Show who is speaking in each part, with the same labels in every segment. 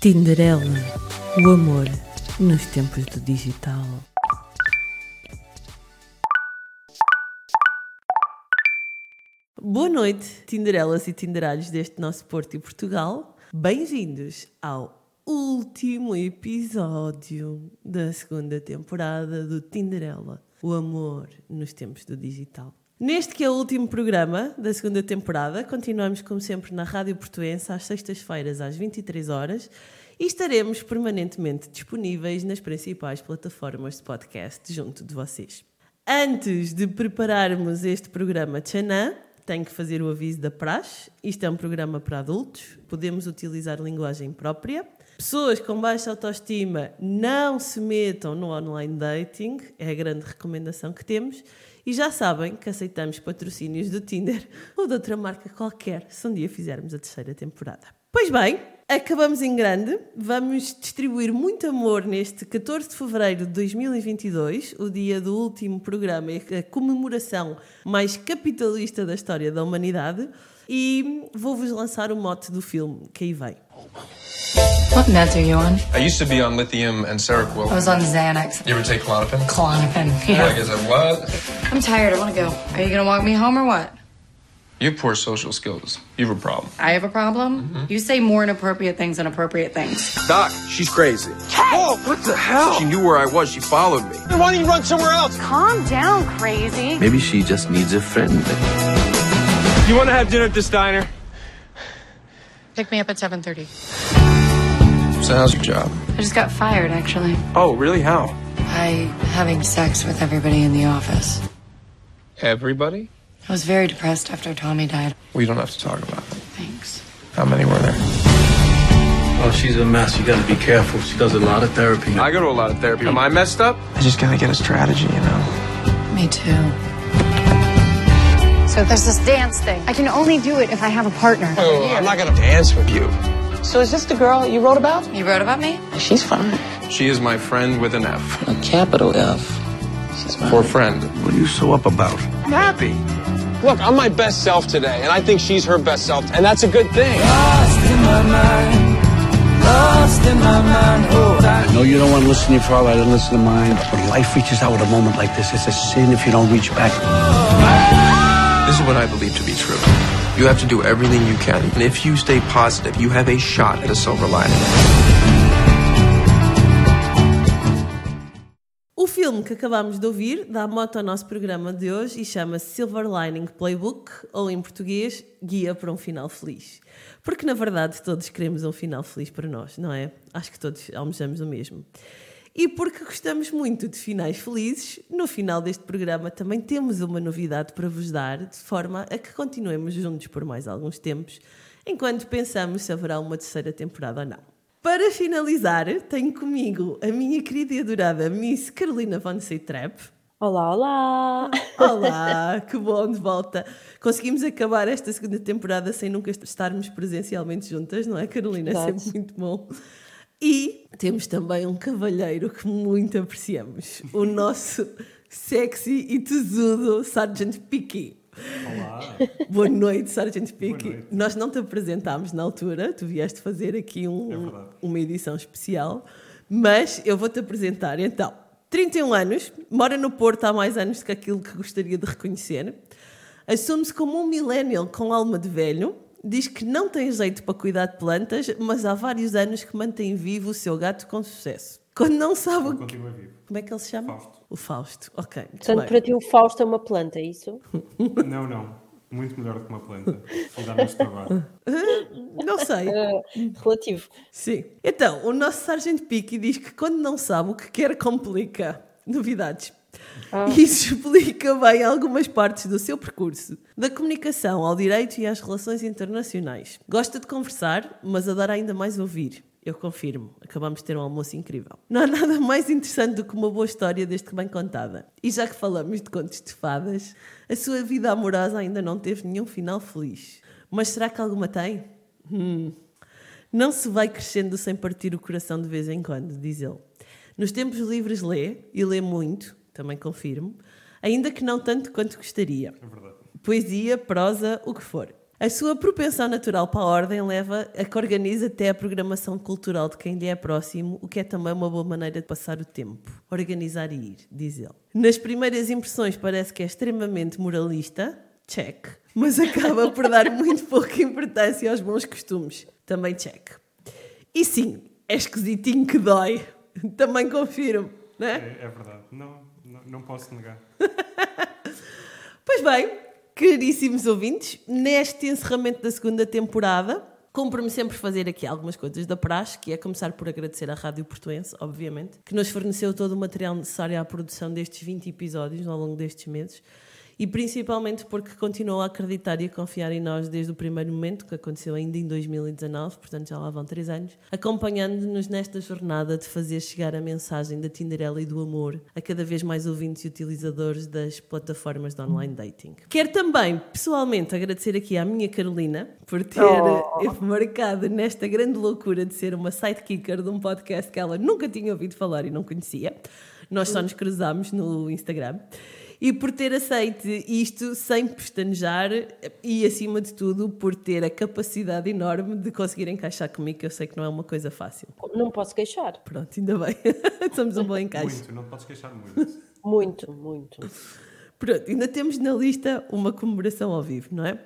Speaker 1: Tinderela, o amor nos tempos do digital. Boa noite, Tinderelas e Tinderalhos deste nosso Porto e Portugal. Bem-vindos ao último episódio da segunda temporada do Tinderela, o amor nos tempos do digital. Neste que é o último programa da segunda temporada, continuamos como sempre na Rádio Portuense às sextas-feiras às 23 horas e estaremos permanentemente disponíveis nas principais plataformas de podcast junto de vocês. Antes de prepararmos este programa Tchanã, tenho que fazer o aviso da praxe. Isto é um programa para adultos, podemos utilizar linguagem própria. Pessoas com baixa autoestima não se metam no online dating, é a grande recomendação que temos. E já sabem que aceitamos patrocínios do Tinder ou de outra marca qualquer se um dia fizermos a terceira temporada. Pois bem, acabamos em grande. Vamos distribuir muito amor neste 14 de fevereiro de 2022, o dia do último programa e a comemoração mais capitalista da história da humanidade. E vou-vos lançar o mote do filme que aí vem.
Speaker 2: What meds are you on?
Speaker 3: I used to be on lithium and Seroquel.
Speaker 2: I was on Xanax,
Speaker 3: You ever take Clonopin?
Speaker 2: Klonopin.
Speaker 3: I guess I was.
Speaker 2: I'm tired. I want to go. Are you gonna walk me home or what?
Speaker 3: You have poor social skills. You have a problem.
Speaker 2: I have a problem. You say more inappropriate things than appropriate things.
Speaker 4: Doc, she's crazy. Whoa, what the hell? She knew where I was. She followed me.
Speaker 5: Why don't you run somewhere else?
Speaker 6: Calm down, crazy.
Speaker 7: Maybe she just needs a friend.
Speaker 5: You want to have dinner at this diner?
Speaker 2: Pick me up at 7:30.
Speaker 3: So how's your job?
Speaker 2: I just got fired, actually.
Speaker 4: Oh, really? How?
Speaker 2: By having sex with everybody in the office.
Speaker 3: Everybody?
Speaker 2: I was very depressed after Tommy died.
Speaker 3: We don't have to talk about it.
Speaker 2: Thanks.
Speaker 3: How many were there?
Speaker 8: Oh, she's a mess. You gotta be careful. She does a lot of therapy.
Speaker 4: I go to a lot of therapy. Am I messed up?
Speaker 3: I just gotta get a strategy, you know.
Speaker 2: Me too.
Speaker 6: So there's this dance thing. I can only do it if I have a partner.
Speaker 4: Oh, I'm not gonna dance with you.
Speaker 9: So is this the girl you wrote about?
Speaker 2: You wrote about me?
Speaker 9: She's fine.
Speaker 3: She is my friend with an F.
Speaker 9: A capital F. She's
Speaker 3: Or friend.
Speaker 7: What are you so up about?
Speaker 4: I'm happy. Look, I'm my best self today, and I think she's her best self, and that's a good thing.
Speaker 8: I know you don't want to listen to your father. I didn't listen to mine. When life reaches out at a moment like this, it's a sin if you don't reach back.
Speaker 3: This is what I believe to be true. You have to do everything you can. And if you stay positive, you have a shot at a silver lining.
Speaker 1: O filme que acabámos de ouvir dá moto ao nosso programa de hoje e chama-se Silver Lining Playbook, ou em português, Guia para um Final Feliz. Porque na verdade todos queremos um final feliz para nós, não é? Acho que todos almejamos o mesmo. E porque gostamos muito de finais felizes, no final deste programa também temos uma novidade para vos dar, de forma a que continuemos juntos por mais alguns tempos, enquanto pensamos se haverá uma terceira temporada ou não. Para finalizar, tenho comigo a minha querida e adorada Miss Carolina Von Seitrep.
Speaker 10: Olá, olá!
Speaker 1: Olá, que bom de volta. Conseguimos acabar esta segunda temporada sem nunca est- estarmos presencialmente juntas, não é, Carolina? É
Speaker 10: Verdade.
Speaker 1: sempre muito bom. E temos também um cavalheiro que muito apreciamos, o nosso sexy e tesudo Sargent Piqui. Olá! Boa noite, Sargent Piqui. Nós não te apresentámos na altura, tu vieste fazer aqui um- uma edição especial, mas eu vou-te apresentar então. 31 anos, mora no Porto há mais anos do que aquilo que gostaria de reconhecer. Assume-se como um millennial com alma de velho. Diz que não tem jeito para cuidar de plantas, mas há vários anos que mantém vivo o seu gato com sucesso. Quando não sabe o que... Como é que ele se chama? O Fausto. Ok. muito
Speaker 10: Portanto,
Speaker 1: bem.
Speaker 10: para ti o Fausto é uma planta, é isso?
Speaker 11: Não, não. Muito melhor do que uma planta. um E dá mais trabalho.
Speaker 1: Não sei.
Speaker 10: Ah, relativo.
Speaker 1: Sim. Então, o nosso Sargento Piqui diz que quando não sabe o que quer, complica. Novidades. Isso explica bem algumas partes do seu percurso, da comunicação ao direito e às relações internacionais. Gosta de conversar, mas adora ainda mais ouvir. Eu confirmo, acabamos de ter um almoço incrível. Não há nada mais interessante do que uma boa história, desde que bem contada. E já que falamos de contos de fadas, a sua vida amorosa ainda não teve nenhum final feliz. Mas será que alguma tem? Não se vai crescendo sem partir o coração de vez em quando, diz ele. Nos tempos livres lê, e lê muito, também confirmo, ainda que não tanto quanto gostaria. Poesia, prosa, o que for. A sua propensão natural para a ordem leva a que organize até a programação cultural de quem lhe é próximo, o que é também uma boa maneira de passar o tempo. Organizar e ir, diz ele. Nas primeiras impressões parece que é extremamente moralista, check, mas acaba por dar muito pouca importância aos bons costumes, também check. E sim, é esquisitinho que dói, também confirmo, não
Speaker 11: É,
Speaker 1: é?
Speaker 11: é verdade. Não, não, não posso negar.
Speaker 1: Pois bem, queridíssimos ouvintes, neste encerramento da segunda temporada, cumpro-me sempre fazer aqui algumas coisas da praxe, que é começar por agradecer à Rádio Portuense, obviamente, que nos forneceu todo o material necessário à produção destes 20 episódios ao longo destes meses. E principalmente porque continuou a acreditar e a confiar em nós desde o primeiro momento, que aconteceu ainda em 2019, portanto já lá vão três anos, acompanhando-nos nesta jornada de fazer chegar a mensagem da Tinderela e do amor a cada vez mais ouvintes e utilizadores das plataformas de online dating. Quero também, pessoalmente, agradecer aqui à minha Carolina por ter
Speaker 10: Oh.
Speaker 1: eh, marcado nesta grande loucura de ser uma sidekicker de um podcast que ela nunca tinha ouvido falar e não conhecia. Nós só nos cruzámos no Instagram. E por ter aceito isto sem pestanejar e, acima de tudo, por ter a capacidade enorme de conseguir encaixar comigo, que eu sei que não é uma coisa fácil.
Speaker 10: Não posso queixar.
Speaker 1: Pronto, ainda bem. Somos um bom encaixe.
Speaker 11: Muito, não podes queixar muito.
Speaker 10: Muito, muito.
Speaker 1: Pronto, ainda temos na lista uma comemoração ao vivo, não é?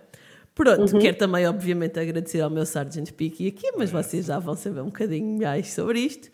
Speaker 1: Pronto,
Speaker 10: Uhum.
Speaker 1: quero também, obviamente, agradecer ao meu Sargent Picky aqui, mas vocês já vão saber um bocadinho mais sobre isto.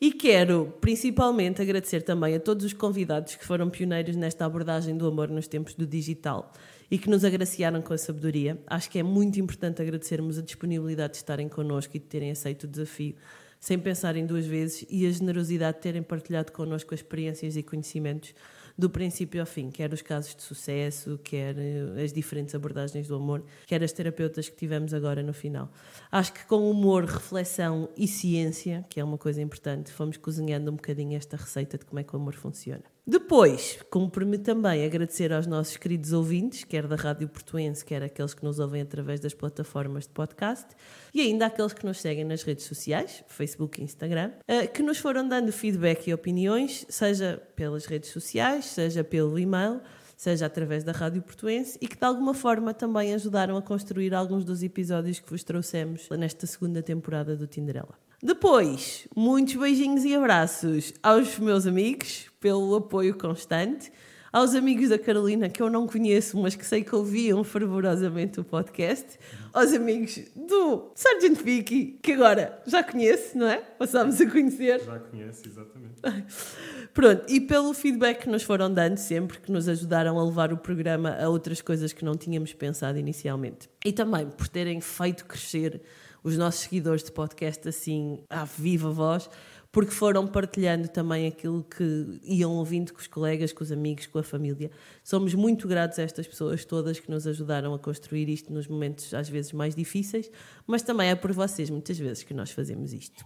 Speaker 1: E quero, principalmente, agradecer também a todos os convidados que foram pioneiros nesta abordagem do amor nos tempos do digital e que nos agraciaram com a sabedoria. Acho que é muito importante agradecermos a disponibilidade de estarem connosco e de terem aceito o desafio sem pensarem duas vezes e a generosidade de terem partilhado connosco experiências e conhecimentos do princípio ao fim, quer os casos de sucesso, quer eh, as diferentes abordagens do amor, quer as terapeutas que tivemos agora no final. Acho que com humor, reflexão e ciência, que é uma coisa importante, fomos cozinhando um bocadinho esta receita de como é que o amor funciona. Depois, cumpre-me também agradecer aos nossos queridos ouvintes, quer da Rádio Portuense, quer aqueles que nos ouvem através das plataformas de podcast, e ainda aqueles que nos seguem nas redes sociais, Facebook e Instagram, eh, que nos foram dando feedback e opiniões, seja pelas redes sociais, seja pelo e-mail, seja através da Rádio Portuense, e que de alguma forma também ajudaram a construir alguns dos episódios que vos trouxemos nesta segunda temporada do Tinderela. Depois, muitos beijinhos e abraços aos meus amigos pelo apoio constante, aos amigos da Carolina que eu não conheço, mas que sei que ouviam fervorosamente o podcast, aos amigos do Sargent Vicky, que agora já conheço, não é? Passámos a conhecer.
Speaker 11: Já conhece, exatamente.
Speaker 1: Pronto, e pelo feedback que nos foram dando sempre, que nos ajudaram a levar o programa a outras coisas que não tínhamos pensado inicialmente. E também por terem feito crescer os nossos seguidores de podcast assim à viva voz, porque foram partilhando também aquilo que iam ouvindo com os colegas, com os amigos, com a família. Somos muito gratos a estas pessoas todas que nos ajudaram a construir isto nos momentos às vezes mais difíceis, mas também é por vocês muitas vezes que nós fazemos isto.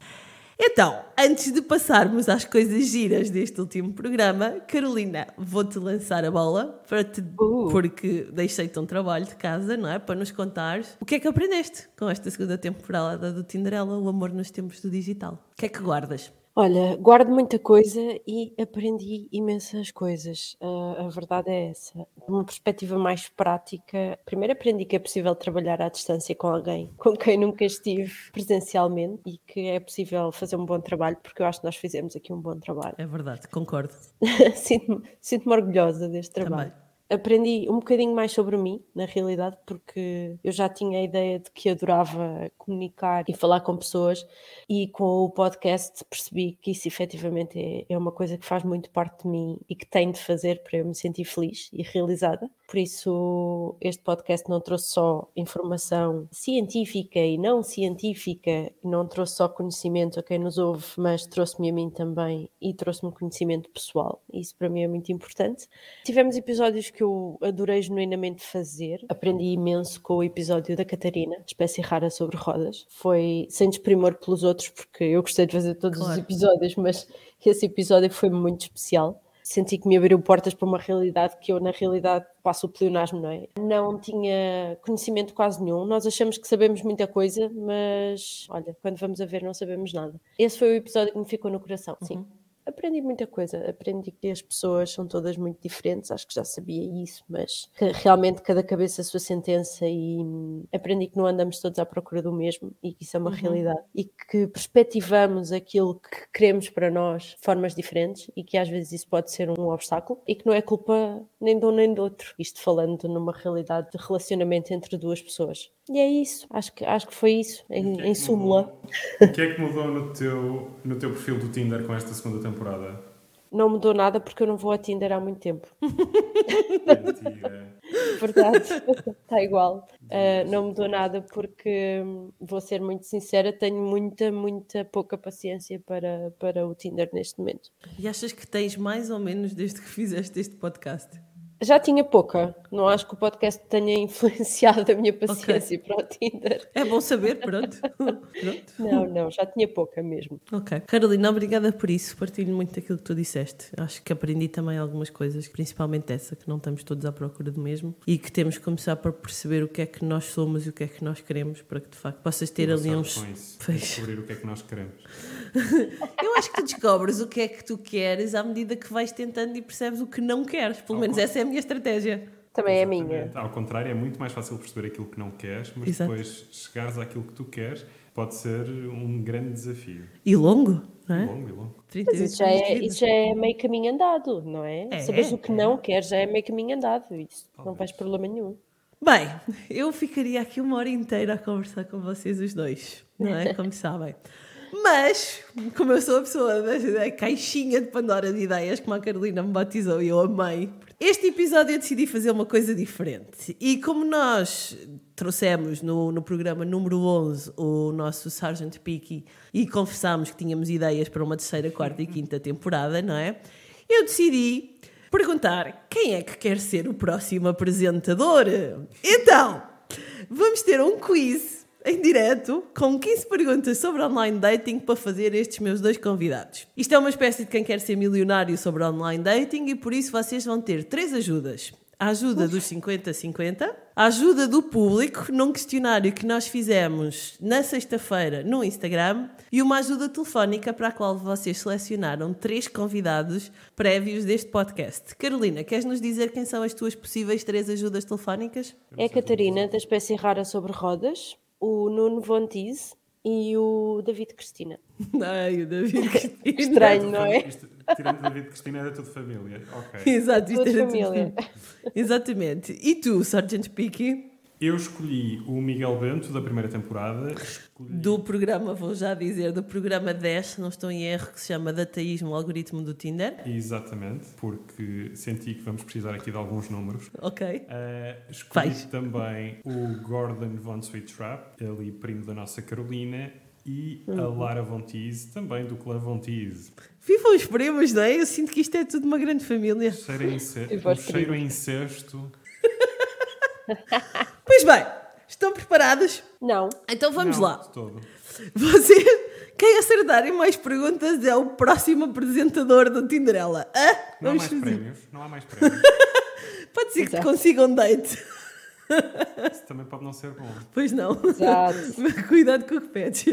Speaker 1: Então, antes de passarmos às coisas giras deste último programa, Carolina, vou-te lançar a bola para te,
Speaker 10: Uh.
Speaker 1: porque deixei-te um trabalho de casa, não é? Para nos contares o que é que aprendeste com esta segunda temporada do Tinderela, o amor nos tempos do digital. O que é que guardas?
Speaker 10: Olha, guardo muita coisa e aprendi imensas coisas. Ah, a verdade é essa. De uma perspectiva mais prática, primeiro aprendi que é possível trabalhar à distância com alguém com quem nunca estive presencialmente e que é possível fazer um bom trabalho, porque eu acho que nós fizemos aqui um bom trabalho.
Speaker 1: É verdade, concordo.
Speaker 10: Sinto-me sinto-me orgulhosa deste trabalho.
Speaker 1: Também.
Speaker 10: Aprendi um bocadinho mais sobre mim, na realidade, porque eu já tinha a ideia de que adorava comunicar e falar com pessoas, e com o podcast percebi que isso efetivamente é, é uma coisa que faz muito parte de mim e que tenho de fazer para eu me sentir feliz e realizada. Por isso, este podcast não trouxe só informação científica e não científica, não trouxe só conhecimento a quem nos ouve, mas trouxe-me a mim também e trouxe-me conhecimento pessoal. Isso para mim é muito importante. Tivemos episódios que eu adorei genuinamente fazer. Aprendi imenso com o episódio da Catarina, espécie rara sobre rodas. Foi sem desprimor pelos outros, porque eu gostei de fazer todos os
Speaker 1: Claro.
Speaker 10: episódios, mas esse episódio foi muito especial senti que me abriu portas para uma realidade que eu, na realidade, passo o pleonasmo, não é? Não tinha conhecimento quase nenhum. Nós achamos que sabemos muita coisa,
Speaker 9: Uhum.
Speaker 10: mas olha, quando vamos a ver, não sabemos nada. Esse foi o episódio que me ficou no coração, sim. aprendi muita coisa. Aprendi que as pessoas são todas muito diferentes, acho que já sabia isso, mas que realmente cada cabeça a sua sentença e hum, aprendi que não andamos todos à procura do mesmo e que isso é uma
Speaker 1: Uhum.
Speaker 10: realidade e que perspectivamos aquilo que queremos para nós de formas diferentes e que às vezes isso pode ser um obstáculo e que não é culpa nem de um nem do outro. Isto falando numa realidade de relacionamento entre duas pessoas. E é isso, acho que, acho que foi isso, em, em súmula.
Speaker 11: é O que é que mudou no teu, no teu perfil do Tinder com esta segunda temporada?
Speaker 10: Não mudou nada porque eu não vou a Tinder há muito tempo.
Speaker 11: Mentira.
Speaker 10: Verdade, está igual. Uh, não mudou nada porque, hum, vou ser muito sincera, tenho muita, muita pouca paciência para, para o Tinder neste momento.
Speaker 1: E achas que tens mais ou menos desde que fizeste este podcast?
Speaker 10: Já tinha pouca, não acho que o podcast tenha influenciado a minha paciência para o Tinder.
Speaker 1: É bom saber, pronto. pronto.
Speaker 10: Não, não, já tinha pouca mesmo.
Speaker 1: Ok. Carolina, obrigada por isso. Partilho muito daquilo que tu disseste. Acho que aprendi também algumas coisas, principalmente essa, que não estamos todos à procura do mesmo e que temos que começar por perceber o que é que nós somos e o que é que nós queremos para que de facto possas ter ali
Speaker 11: Passar
Speaker 1: uns.
Speaker 11: com isso,
Speaker 1: Pois.
Speaker 11: Descobrir o que é que nós queremos.
Speaker 1: Eu acho que tu descobres o que é que tu queres à medida que vais tentando e percebes o que não queres. Pelo
Speaker 11: Ah,
Speaker 1: menos essa é a minha estratégia.
Speaker 10: Também é a minha.
Speaker 11: Ao contrário, é muito mais fácil perceber aquilo que não queres, mas
Speaker 1: Exato.
Speaker 11: depois chegares àquilo que tu queres pode ser um grande desafio.
Speaker 1: E longo, não é?
Speaker 11: Longo e longo.
Speaker 1: 30
Speaker 10: Mas isso já, é, isso já é meio caminho andado, não é?
Speaker 1: É,
Speaker 10: Sabes o que
Speaker 1: é.
Speaker 10: não queres já é meio caminho andado. Isso não faz problema nenhum.
Speaker 1: Bem, eu ficaria aqui uma hora inteira a conversar com vocês os dois, não é? Como sabem. Mas, como eu sou a pessoa da, da caixinha de Pandora de ideias, como a Carolina me batizou e eu amei, este episódio eu decidi fazer uma coisa diferente. E como nós trouxemos no, no programa número 11 o nosso Sargent Peaky e confessámos que tínhamos ideias para uma terceira, quarta e quinta temporada, não é? Eu decidi perguntar quem é que quer ser o próximo apresentador. Então, vamos ter um quiz em direto com 15 perguntas sobre online dating para fazer estes meus dois convidados. Isto é uma espécie de quem quer ser milionário sobre online dating e por isso vocês vão ter três ajudas. A ajuda dos 50-50, a ajuda do público num questionário que nós fizemos na sexta-feira no Instagram e uma ajuda telefónica para a qual vocês selecionaram três convidados prévios deste podcast. Carolina, queres nos dizer quem são as tuas possíveis três ajudas telefónicas?
Speaker 10: É a Catarina, da espécie rara sobre rodas, o Nuno Vontiz e o David Cristina.
Speaker 1: Ai, o David Cristina.
Speaker 10: Estranho, não é?
Speaker 11: Isto, tirando David Cristina, era tudo família. Ok.
Speaker 1: Exato, isto
Speaker 10: Toda
Speaker 1: era
Speaker 10: família.
Speaker 1: tudo. Exatamente. E tu, Sargent Peaky,
Speaker 11: Eu escolhi o Miguel Bento da primeira temporada. Escolhi...
Speaker 1: do programa, vou já dizer, do programa 10, se não estou em erro, que se chama Dataísmo, Algoritmo do Tinder.
Speaker 11: Exatamente, porque senti que vamos precisar aqui de alguns números.
Speaker 1: Ok.
Speaker 11: Uh, escolhi
Speaker 1: Faz.
Speaker 11: também o Gordon Von Sweet Trap, ali primo da nossa Carolina, e a Lara Von Teese, também do clã Von Teese.
Speaker 1: Vivam os primos, não é? Eu sinto que isto é tudo uma grande família.
Speaker 11: Cheiro a ince-
Speaker 10: E
Speaker 11: um
Speaker 10: vós
Speaker 11: cheiro a incesto.
Speaker 1: Pois bem, estão preparadas?
Speaker 10: Não,
Speaker 1: Então vamos
Speaker 11: Não,
Speaker 1: lá.
Speaker 11: de todo.
Speaker 1: Vocês, quem acertarem mais perguntas é o próximo apresentador do Tinderela. Hã?
Speaker 11: Não há
Speaker 1: Vamos
Speaker 11: mais
Speaker 1: fazer.
Speaker 11: prémios. Não há mais prémios.
Speaker 1: Pode ser que te
Speaker 10: Exato.
Speaker 1: consigam um date.
Speaker 11: Isso também pode não ser bom.
Speaker 1: Pois não.
Speaker 10: Exato.
Speaker 1: Cuidado com o que pedes.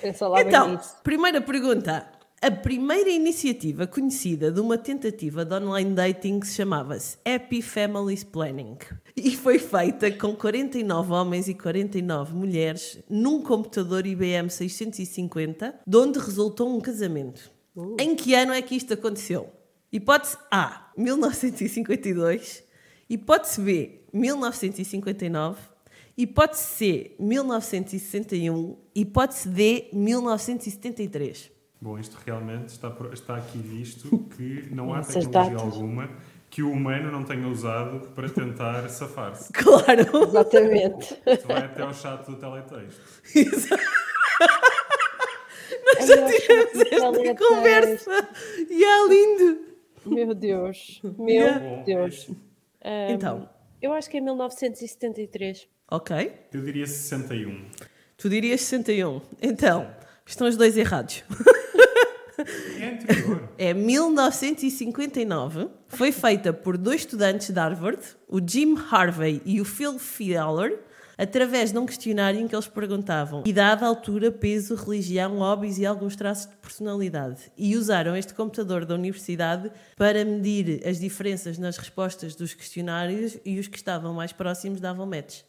Speaker 10: pensa lá bem
Speaker 1: Então,
Speaker 10: nisso.
Speaker 1: primeira pergunta. A primeira iniciativa conhecida de uma tentativa de online dating se chamava-se Happy Families Planning e foi feita com 49 homens e 49 mulheres num computador IBM 650, de onde resultou um casamento. Em que ano é que isto aconteceu? Hipótese A, 1952. Hipótese B, 1959. Hipótese C, 1961. Hipótese D, 1973.
Speaker 11: Bom, isto realmente está, por- está aqui visto que não há
Speaker 10: Essas
Speaker 11: tecnologia
Speaker 10: datas.
Speaker 11: alguma que o humano não tenha usado para tentar safar-se.
Speaker 1: Claro!
Speaker 10: Exatamente.
Speaker 11: Tu Vai até ao chat do teletexto.
Speaker 1: Nós
Speaker 10: É
Speaker 1: já tivemos esta conversa! E é lindo!
Speaker 10: Meu Deus, meu
Speaker 1: Yeah.
Speaker 10: Deus. Ahm,
Speaker 1: Então,
Speaker 10: Eu acho que é 1973.
Speaker 1: ok.
Speaker 11: Eu diria 61.
Speaker 1: Tu dirias 61. Então, estão os dois errados.
Speaker 11: É anterior.
Speaker 1: É 1959. Foi feita por dois estudantes de Harvard, o Jim Harvey e o Phil Fowler, através de um questionário em que eles perguntavam idade, altura, peso, religião, hobbies e alguns traços de personalidade. E usaram este computador da universidade para medir as diferenças nas respostas dos questionários e os que estavam mais próximos davam match.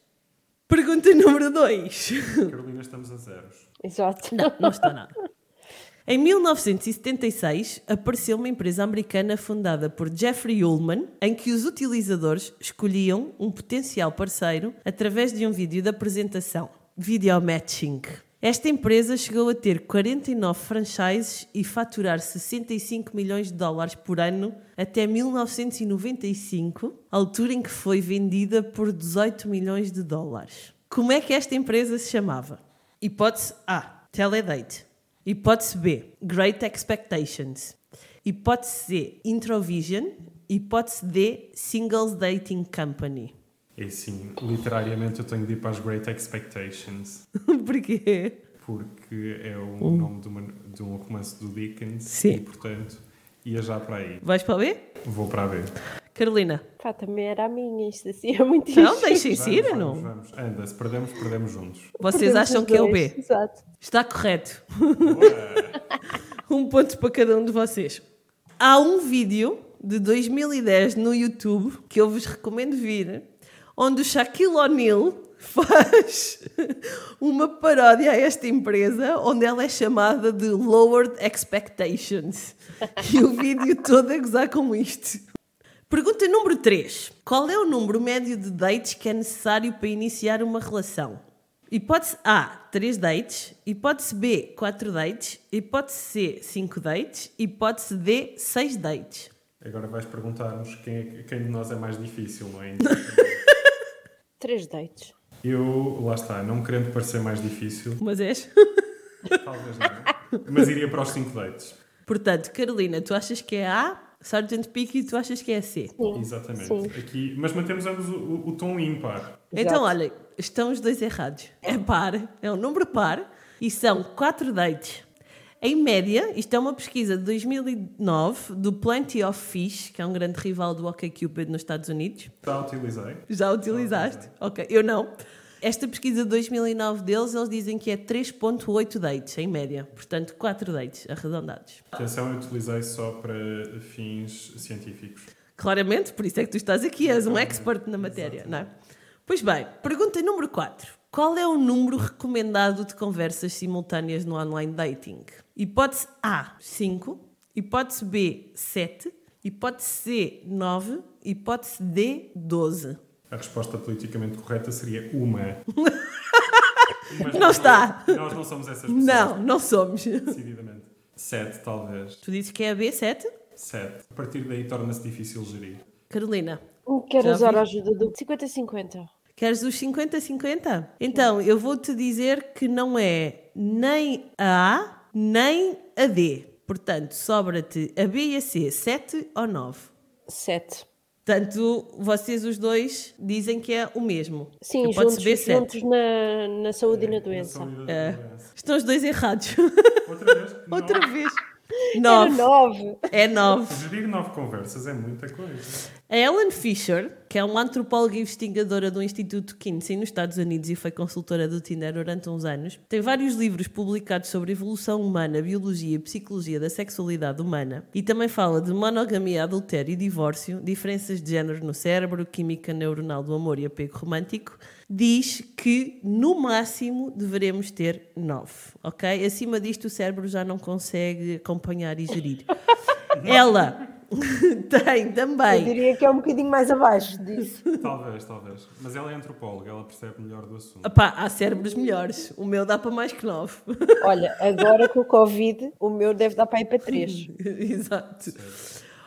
Speaker 1: Pergunta número 2.
Speaker 11: Carolina, estamos a zeros.
Speaker 10: Exato.
Speaker 1: Não, não estou nada. Em 1976, apareceu uma empresa americana fundada por Jeffrey Ullman, em que os utilizadores escolhiam um potencial parceiro através de um vídeo de apresentação, Video Matching. Esta empresa chegou a ter 49 franchises e faturar 65 milhões de dólares por ano até 1995, altura em que foi vendida por 18 milhões de dólares. Como é que esta empresa se chamava? Hipótese A: Teledate. Hipótese B: Great Expectations. Hipótese C: Introvision. Hipótese D: Singles Dating Company.
Speaker 11: E É sim, literariamente eu tenho de ir para as Great Expectations,
Speaker 1: Porquê?
Speaker 11: porque é o nome de, uma, de um romance do Dickens
Speaker 1: Sim.
Speaker 11: e, portanto, ia já para aí.
Speaker 1: Vais para o B?
Speaker 11: Vou para a B.
Speaker 1: Carolina.
Speaker 10: Pá, também era a minha, isto assim é muito
Speaker 1: Não,
Speaker 10: injusto.
Speaker 1: deixem-se ir, não?
Speaker 11: vamos, vamos. Anda, se perdemos, perdemos juntos.
Speaker 1: Vocês acham que é o B?
Speaker 10: Exato.
Speaker 1: Está correto. um ponto para cada um de vocês. Há um vídeo de 2010 no YouTube que eu vos recomendo vir, onde o Shaquille O'Neal faz uma paródia a esta empresa, onde ela é chamada de Lowered Expectations. E o vídeo todo a gozar com isto. Pergunta número 3. Qual é o número médio de dates que é necessário para iniciar uma relação? Hipótese A, 3 dates. Hipótese B, 4 dates. Hipótese C, 5 dates. Hipótese D, 6 dates.
Speaker 11: Agora vais perguntar-nos quem, é- quem de nós é mais difícil, não é?
Speaker 10: Três dates.
Speaker 11: Eu, lá está, não querendo parecer mais difícil,
Speaker 1: Mas és?
Speaker 11: talvez não, mas iria para os 5 dates.
Speaker 1: Portanto, Carolina, tu achas que é A, Sargent Pique, e tu achas que é C.
Speaker 11: Exatamente.
Speaker 10: Sim.
Speaker 11: Aqui, mas mantemos ambos o, o- o tom ímpar.
Speaker 1: Então, olha, estão os dois errados. É par, é um número par e são quatro dates. Em média, isto é uma pesquisa de 2009 do Plenty of Fish, que é um grande rival do OkCupid nos Estados Unidos.
Speaker 11: Já utilizei.
Speaker 1: Já utilizaste? Ok, eu não. Esta pesquisa de 2009 deles, eles dizem que é 3.8 dates em média. Portanto, 4 dates arredondados.
Speaker 11: Atenção, eu utilizei só para fins científicos.
Speaker 1: Claramente, por isso é que tu estás aqui, és um expert na matéria, não é? Pois bem, pergunta número 4. Qual é o número recomendado de conversas simultâneas no online dating? Hipótese A, 5. Hipótese B, 7. Hipótese C, 9. Hipótese D, 12.
Speaker 11: A resposta politicamente correta seria uma. Mas
Speaker 1: Não está.
Speaker 11: Nós não somos essas pessoas.
Speaker 1: Não, não somos. Tu
Speaker 11: Decididamente. Sete, talvez.
Speaker 1: dizes que é a B, 7?
Speaker 11: Sete. A partir daí torna-se difícil gerir.
Speaker 1: Carolina,
Speaker 10: Quero
Speaker 1: Já
Speaker 10: usar
Speaker 1: vi.
Speaker 10: a ajuda do 50-50.
Speaker 1: Queres os 50-50? Então, eu vou-te dizer que não é nem a A, nem a D. Portanto, sobra-te a B e a C, 7 ou 9.
Speaker 10: Sete.
Speaker 1: Portanto, vocês os dois dizem que é o mesmo.
Speaker 10: Sim,
Speaker 1: Eu posso
Speaker 10: juntos,
Speaker 1: ver sete. É.
Speaker 10: juntos na, na saúde e na doença.
Speaker 11: Solidariedade.
Speaker 1: Estão os dois errados.
Speaker 11: Outra vez?
Speaker 1: Outra
Speaker 11: nove.
Speaker 1: vez.
Speaker 10: Era
Speaker 1: 9.
Speaker 10: nove.
Speaker 1: É 9.
Speaker 11: Gerir nove conversas é muita coisa.
Speaker 1: A Ellen Fisher, que é uma antropóloga e investigadora do Instituto Kinsey nos Estados Unidos e foi consultora do Tinder durante uns anos, tem vários livros publicados sobre evolução humana, biologia e psicologia da sexualidade humana e também fala de monogamia, adultério e divórcio, diferenças de género no cérebro, química neuronal do amor e apego romântico. Diz que no máximo deveremos ter nove, ok? Acima disto o cérebro já não consegue acompanhar e gerir. Ela tem também
Speaker 10: Eu diria que é um bocadinho mais abaixo disso.
Speaker 11: Talvez, talvez. Mas ela é antropóloga, ela percebe melhor do assunto.
Speaker 1: Epá, há cérebros melhores. O meu dá para mais que nove.
Speaker 10: Olha, agora com o Covid, o meu deve dar para ir para três.
Speaker 1: Exato.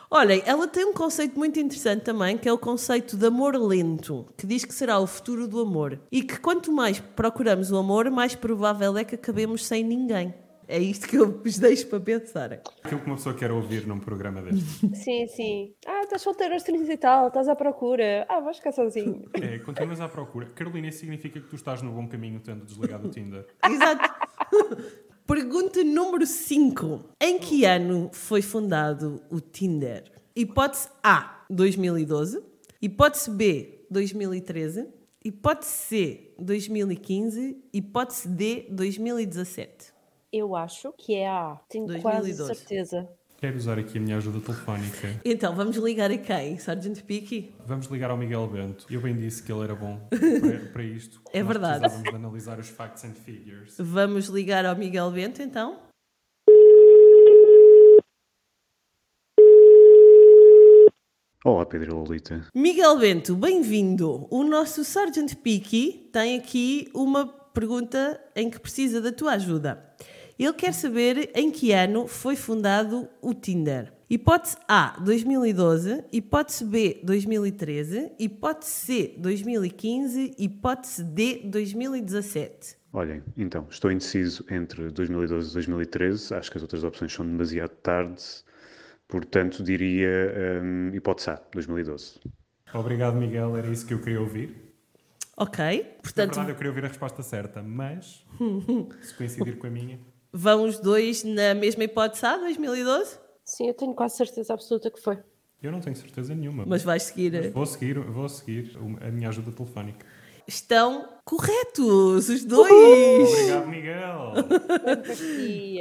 Speaker 1: Olhem, ela tem um conceito muito interessante também, que é o conceito de amor lento, que diz que será o futuro do amor. E que quanto mais procuramos o amor, mais provável é que acabemos sem ninguém. É isto que eu vos deixo para pensarem.
Speaker 11: Aquilo que uma pessoa quer ouvir num programa deste.
Speaker 10: Sim, sim. Ah, estás solteiro aos 30 e tal, estás à procura. Ah, vais ficar sozinho.
Speaker 11: É, continuas à procura. Carolina, isso significa que tu estás no bom caminho tendo desligado o Tinder.
Speaker 1: Exato. Pergunta número 5. Em que ano foi fundado o Tinder? Hipótese A, 2012. Hipótese B, 2013. Hipótese C, 2015. Hipótese D, 2017.
Speaker 10: Eu acho que é a A. Tenho
Speaker 1: 2012.
Speaker 10: quase certeza.
Speaker 11: Quero usar aqui a minha ajuda telefónica.
Speaker 1: Então, vamos ligar a quem? Sargent Picky?
Speaker 11: Vamos ligar ao Miguel Bento. Eu bem disse que ele era bom para, para isto.
Speaker 1: É
Speaker 11: Nós
Speaker 1: verdade.
Speaker 11: Precisávamos de analisar os facts and figures.
Speaker 1: Vamos ligar ao Miguel Bento, então?
Speaker 12: Olá, Pedro Lolita.
Speaker 1: Miguel Bento, bem-vindo. O nosso Sargent Picky tem aqui uma pergunta em que precisa da tua ajuda. Ele quer saber em que ano foi fundado o Tinder. Hipótese A, 2012. Hipótese B, 2013. Hipótese C, 2015. Hipótese D, 2017.
Speaker 12: Olhem, então, estou indeciso entre 2012 e 2013. Acho que as outras opções são demasiado tarde. Portanto, diria hum, hipótese A, 2012.
Speaker 11: Obrigado, Miguel. Era isso que eu queria ouvir.
Speaker 1: Ok?
Speaker 11: Na
Speaker 1: Portanto,
Speaker 11: é verdade, eu queria ouvir a resposta certa, mas se coincidir com a minha.
Speaker 1: vão os dois na mesma hipótese ah, A, 2012?
Speaker 10: Sim, eu tenho quase certeza absoluta que foi.
Speaker 11: Eu não tenho certeza nenhuma.
Speaker 1: Mas vais seguir.
Speaker 11: Uhum. Mas vou seguir, vou seguir o- a minha ajuda telefónica.
Speaker 1: Estão corretos, os dois!
Speaker 11: Obrigado, Miguel.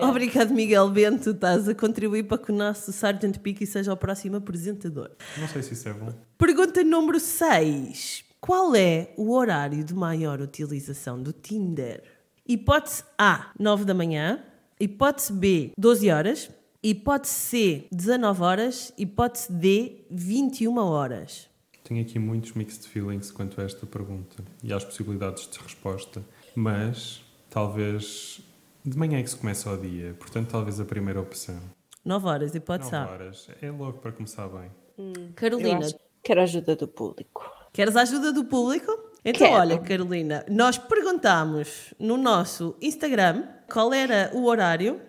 Speaker 1: Obrigado, Miguel Bento. Estás a contribuir para que o nosso Sargent Picky seja o próximo apresentador.
Speaker 11: Não sei se isso é bom.
Speaker 1: Pergunta número 6. Qual é o horário de maior utilização do Tinder? Hipótese A, 9 da manhã. Hipótese B, 12 horas. Hipótese C, 19 horas. Hipótese D, 21 horas.
Speaker 11: Tenho aqui muitos mixed feelings quanto a esta pergunta e às possibilidades de resposta, mas talvez de manhã é que se começa o dia, portanto, talvez a primeira opção.
Speaker 1: 9 horas, hipótese
Speaker 11: 9
Speaker 1: A.
Speaker 11: horas. É logo para começar bem.
Speaker 1: Carolina.
Speaker 10: Eu acho- Quero a ajuda do público.
Speaker 1: Queres a ajuda do público? Então,
Speaker 10: Quero.
Speaker 1: olha, Carolina, nós perguntámos no nosso Instagram qual era o horário.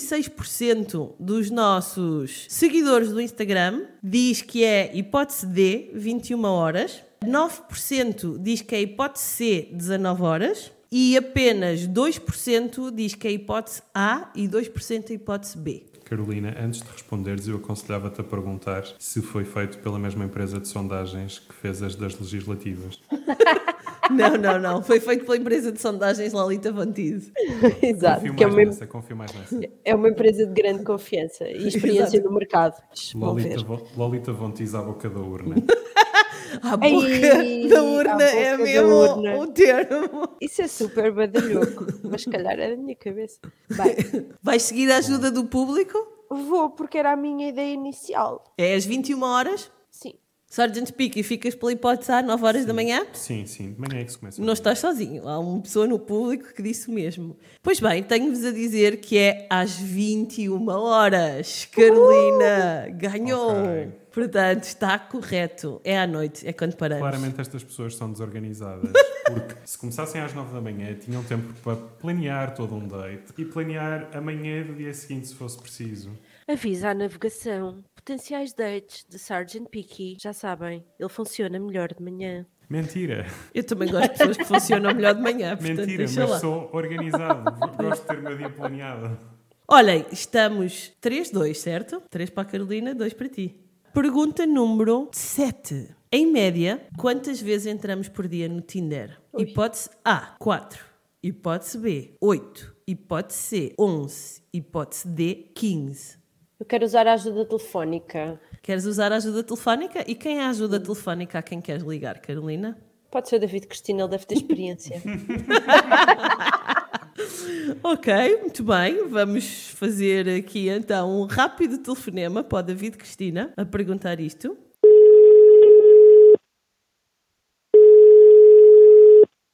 Speaker 1: 86% dos nossos seguidores do Instagram diz que é hipótese D, 21 horas. 9% diz que é hipótese C, 19 horas. E apenas 2% diz que é hipótese A e 2% é hipótese B.
Speaker 11: Carolina, antes de responderes, eu aconselhava-te a perguntar se foi feito pela mesma empresa de sondagens que fez as das legislativas.
Speaker 1: Não, não, não. Foi feito pela empresa de sondagens Lolita Vantise.
Speaker 10: Exato,
Speaker 11: Confio
Speaker 10: que é
Speaker 11: mais
Speaker 10: uma,
Speaker 11: nessa, confio mais nessa.
Speaker 10: é uma empresa de grande confiança e experiência
Speaker 1: Exato.
Speaker 10: no mercado. Vão
Speaker 11: Lolita,
Speaker 10: ver.
Speaker 11: Vo- Lolita Vontis à boca da urna.
Speaker 1: A boca
Speaker 10: Ai,
Speaker 1: da urna
Speaker 10: à boca
Speaker 1: é
Speaker 10: da
Speaker 1: mesmo
Speaker 10: urna.
Speaker 1: o termo.
Speaker 10: Isso é super badalhoco, mas se calhar era a minha cabeça. Bem,
Speaker 1: Vais seguir a ajuda do público?
Speaker 10: vou porque era a minha ideia inicial.
Speaker 1: É às 21 horas.
Speaker 10: Sim.
Speaker 1: Sargent Pique, ficas pela hipótese A, 9 horas da manhã?
Speaker 11: Sim, sim, de manhã é que se começa. o
Speaker 1: Não
Speaker 11: dia.
Speaker 1: estás sozinho. Há uma pessoa no público que disse o mesmo. Pois bem, tenho-vos a dizer que é às 21 horas. Carolina ganhou.
Speaker 11: Ok.
Speaker 1: Portanto, está correto. É à noite, é quando paramos.
Speaker 11: Claramente estas pessoas são desorganizadas, porque se começassem às 9 da manhã, tinham tempo para planear todo um date e planear amanhã do dia seguinte, se fosse preciso.
Speaker 10: Avisa à navegação. Potenciais dates de Sargent Picky. Já sabem, ele funciona melhor de manhã.
Speaker 11: Mentira,
Speaker 1: Eu também gosto de pessoas que funcionam melhor de manhã. Portanto,
Speaker 11: mentira,
Speaker 1: deixa
Speaker 11: mas
Speaker 1: lá.
Speaker 11: sou organizado, gosto de ter o meu dia planeado.
Speaker 1: Olhem, estamos 3-2, certo? 3 para a Carolina, 2 para ti. Pergunta número 7. Em média, quantas vezes entramos por dia no Tinder? Hipótese A, 4. Hipótese B, 8. Hipótese C, 11. Hipótese D, 15.
Speaker 10: Eu quero usar a ajuda telefónica.
Speaker 1: Queres usar a ajuda telefónica? E quem é a ajuda telefónica a quem queres ligar, Carolina?
Speaker 10: Pode ser o David Cristina, ele deve ter experiência.
Speaker 1: Ok, muito bem. Vamos fazer aqui então um rápido telefonema para o David Cristina a perguntar isto.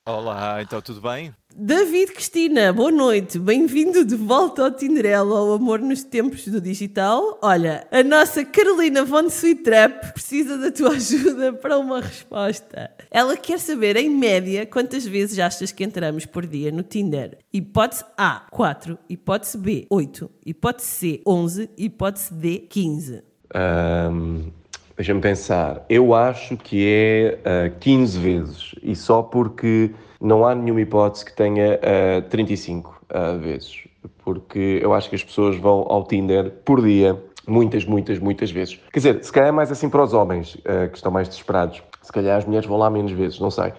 Speaker 13: Olá, então tudo bem?
Speaker 1: David Cristina, boa noite, bem-vindo de volta ao Tinderela, ao amor nos tempos do digital. Olha, a nossa Carolina von Sweetrap precisa da tua ajuda para uma resposta. Ela quer saber, em média, quantas vezes achas que entramos por dia no Tinder? Hipótese A, 4. Hipótese B, 8. Hipótese C, 11. Hipótese D, 15.
Speaker 14: Ahm, Deixa-me pensar. Eu acho que é ah, 15 vezes e só porque não há nenhuma hipótese que tenha ah, 35 ah, vezes. Porque eu acho que as pessoas vão ao Tinder por dia muitas, muitas, muitas vezes. Quer dizer, se calhar é mais assim para os homens ah, que estão mais desesperados. Se calhar as mulheres vão lá menos vezes, não sei.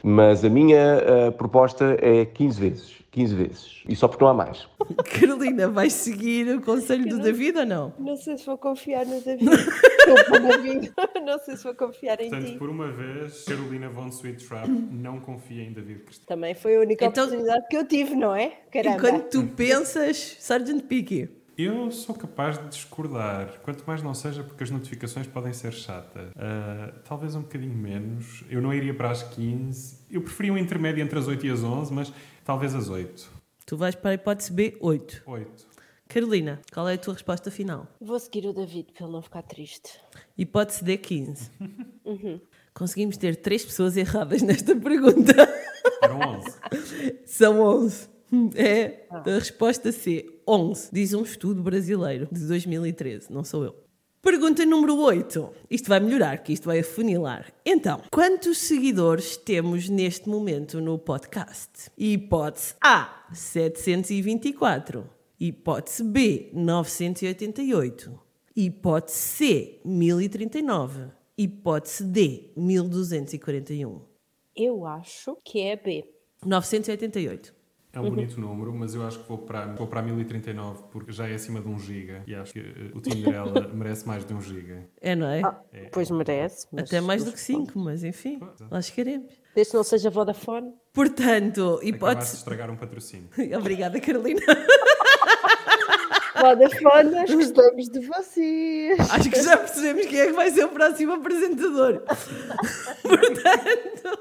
Speaker 14: Mas a minha uh, proposta é 15 vezes. 15 vezes. E só porque não há mais.
Speaker 1: Carolina, vais seguir o conselho do
Speaker 10: não-
Speaker 1: David ou não?
Speaker 10: Não sei se vou confiar no David. Desculpa, David. Não sei se vou confiar em
Speaker 11: Portanto,
Speaker 10: ti.
Speaker 11: por uma vez, Carolina von Sweettrap não confia em David Cristiano.
Speaker 10: Também foi a única oportunidade que eu tive, não é? Caramba.
Speaker 1: Enquanto Então, tu pensas, Sargent Picky.
Speaker 11: Eu sou capaz de discordar, quanto mais não seja porque as notificações podem ser chatas. Ah, talvez um bocadinho menos. Eu não iria para as 15. Eu preferia um intermédio entre as 8 e as 11, mas talvez as 8.
Speaker 1: Tu vais para a hipótese B, 8.
Speaker 11: 8.
Speaker 1: Carolina, qual é a tua resposta final?
Speaker 10: Vou seguir o David para ele não ficar triste.
Speaker 1: Hipótese D, 15.
Speaker 10: Uhum.
Speaker 1: Conseguimos ter três pessoas erradas nesta pergunta.
Speaker 11: Eram 11.
Speaker 1: São 11. É a resposta C, 11. Diz um estudo brasileiro de 2013, não sou eu. Pergunta número 8. Isto vai melhorar, que isto vai afunilar. Então, quantos seguidores temos neste momento no podcast? Hipótese A, 724. Hipótese B, 988. Hipótese C, 1039. Hipótese D, 1241.
Speaker 10: Eu acho que é a B.
Speaker 1: 988.
Speaker 11: É um bonito número, mas eu acho que vou para, vou para a 1039 porque já é acima de 1 giga e acho que eh, o Tinderella merece mais de 1 giga.
Speaker 1: É, não é?
Speaker 10: Pois merece. mas-
Speaker 1: Até mais do que 5, mas enfim, lá chegaremos.
Speaker 10: Desde que não seja Vodafone.
Speaker 1: Portanto,
Speaker 11: Acabaste de
Speaker 1: hipótese.
Speaker 11: estragar um patrocínio.
Speaker 1: Obrigada, Carolina.
Speaker 10: Vodafone, nós gostamos de vocês.
Speaker 1: Acho que já percebemos quem é que vai ser o próximo apresentador. Portanto,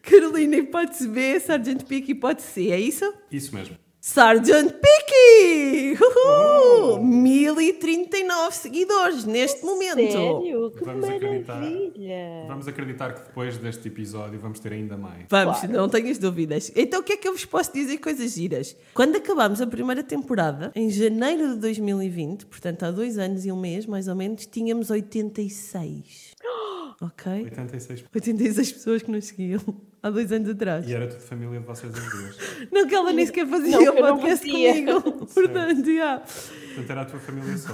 Speaker 1: Carolina, hipótese B, Sargent Pick, hipótese C, é isso?
Speaker 11: Isso mesmo.
Speaker 1: Sargent Picky! Uhul! 1039 seguidores neste momento.
Speaker 10: Sério? Que
Speaker 11: Vamos acreditar.
Speaker 10: maravilha.
Speaker 11: Vamos acreditar que depois deste episódio vamos ter ainda mais.
Speaker 1: Vamos, não tenhas dúvidas. Então, o que é que eu vos posso dizer coisas giras? Quando acabámos a primeira temporada, em janeiro de 2020, portanto há dois anos e um mês, mais ou menos, tínhamos 86. Ok?
Speaker 11: 86.
Speaker 1: 86 pessoas que nos seguiam há dois anos atrás.
Speaker 11: E era tudo família de vocês as duas.
Speaker 1: Não que ela nem sequer fazia
Speaker 10: Não, que
Speaker 1: o
Speaker 10: eu não
Speaker 1: podcast
Speaker 10: fazia.
Speaker 1: comigo. Portanto, já.
Speaker 11: Portanto, era a tua família só.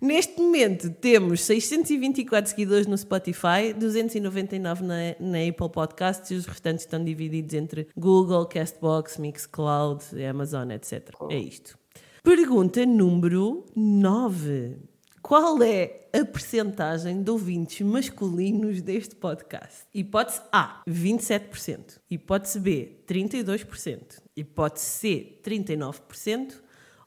Speaker 1: Neste momento temos 624 seguidores no Spotify, 299 na, na Apple Podcasts e os restantes estão divididos entre Google, Castbox, Mixcloud, Amazon, etc. É isto. Pergunta número 9. Qual é a percentagem de ouvintes masculinos deste podcast? Hipótese A, 27%. Hipótese B, 32%. Hipótese C, 39%.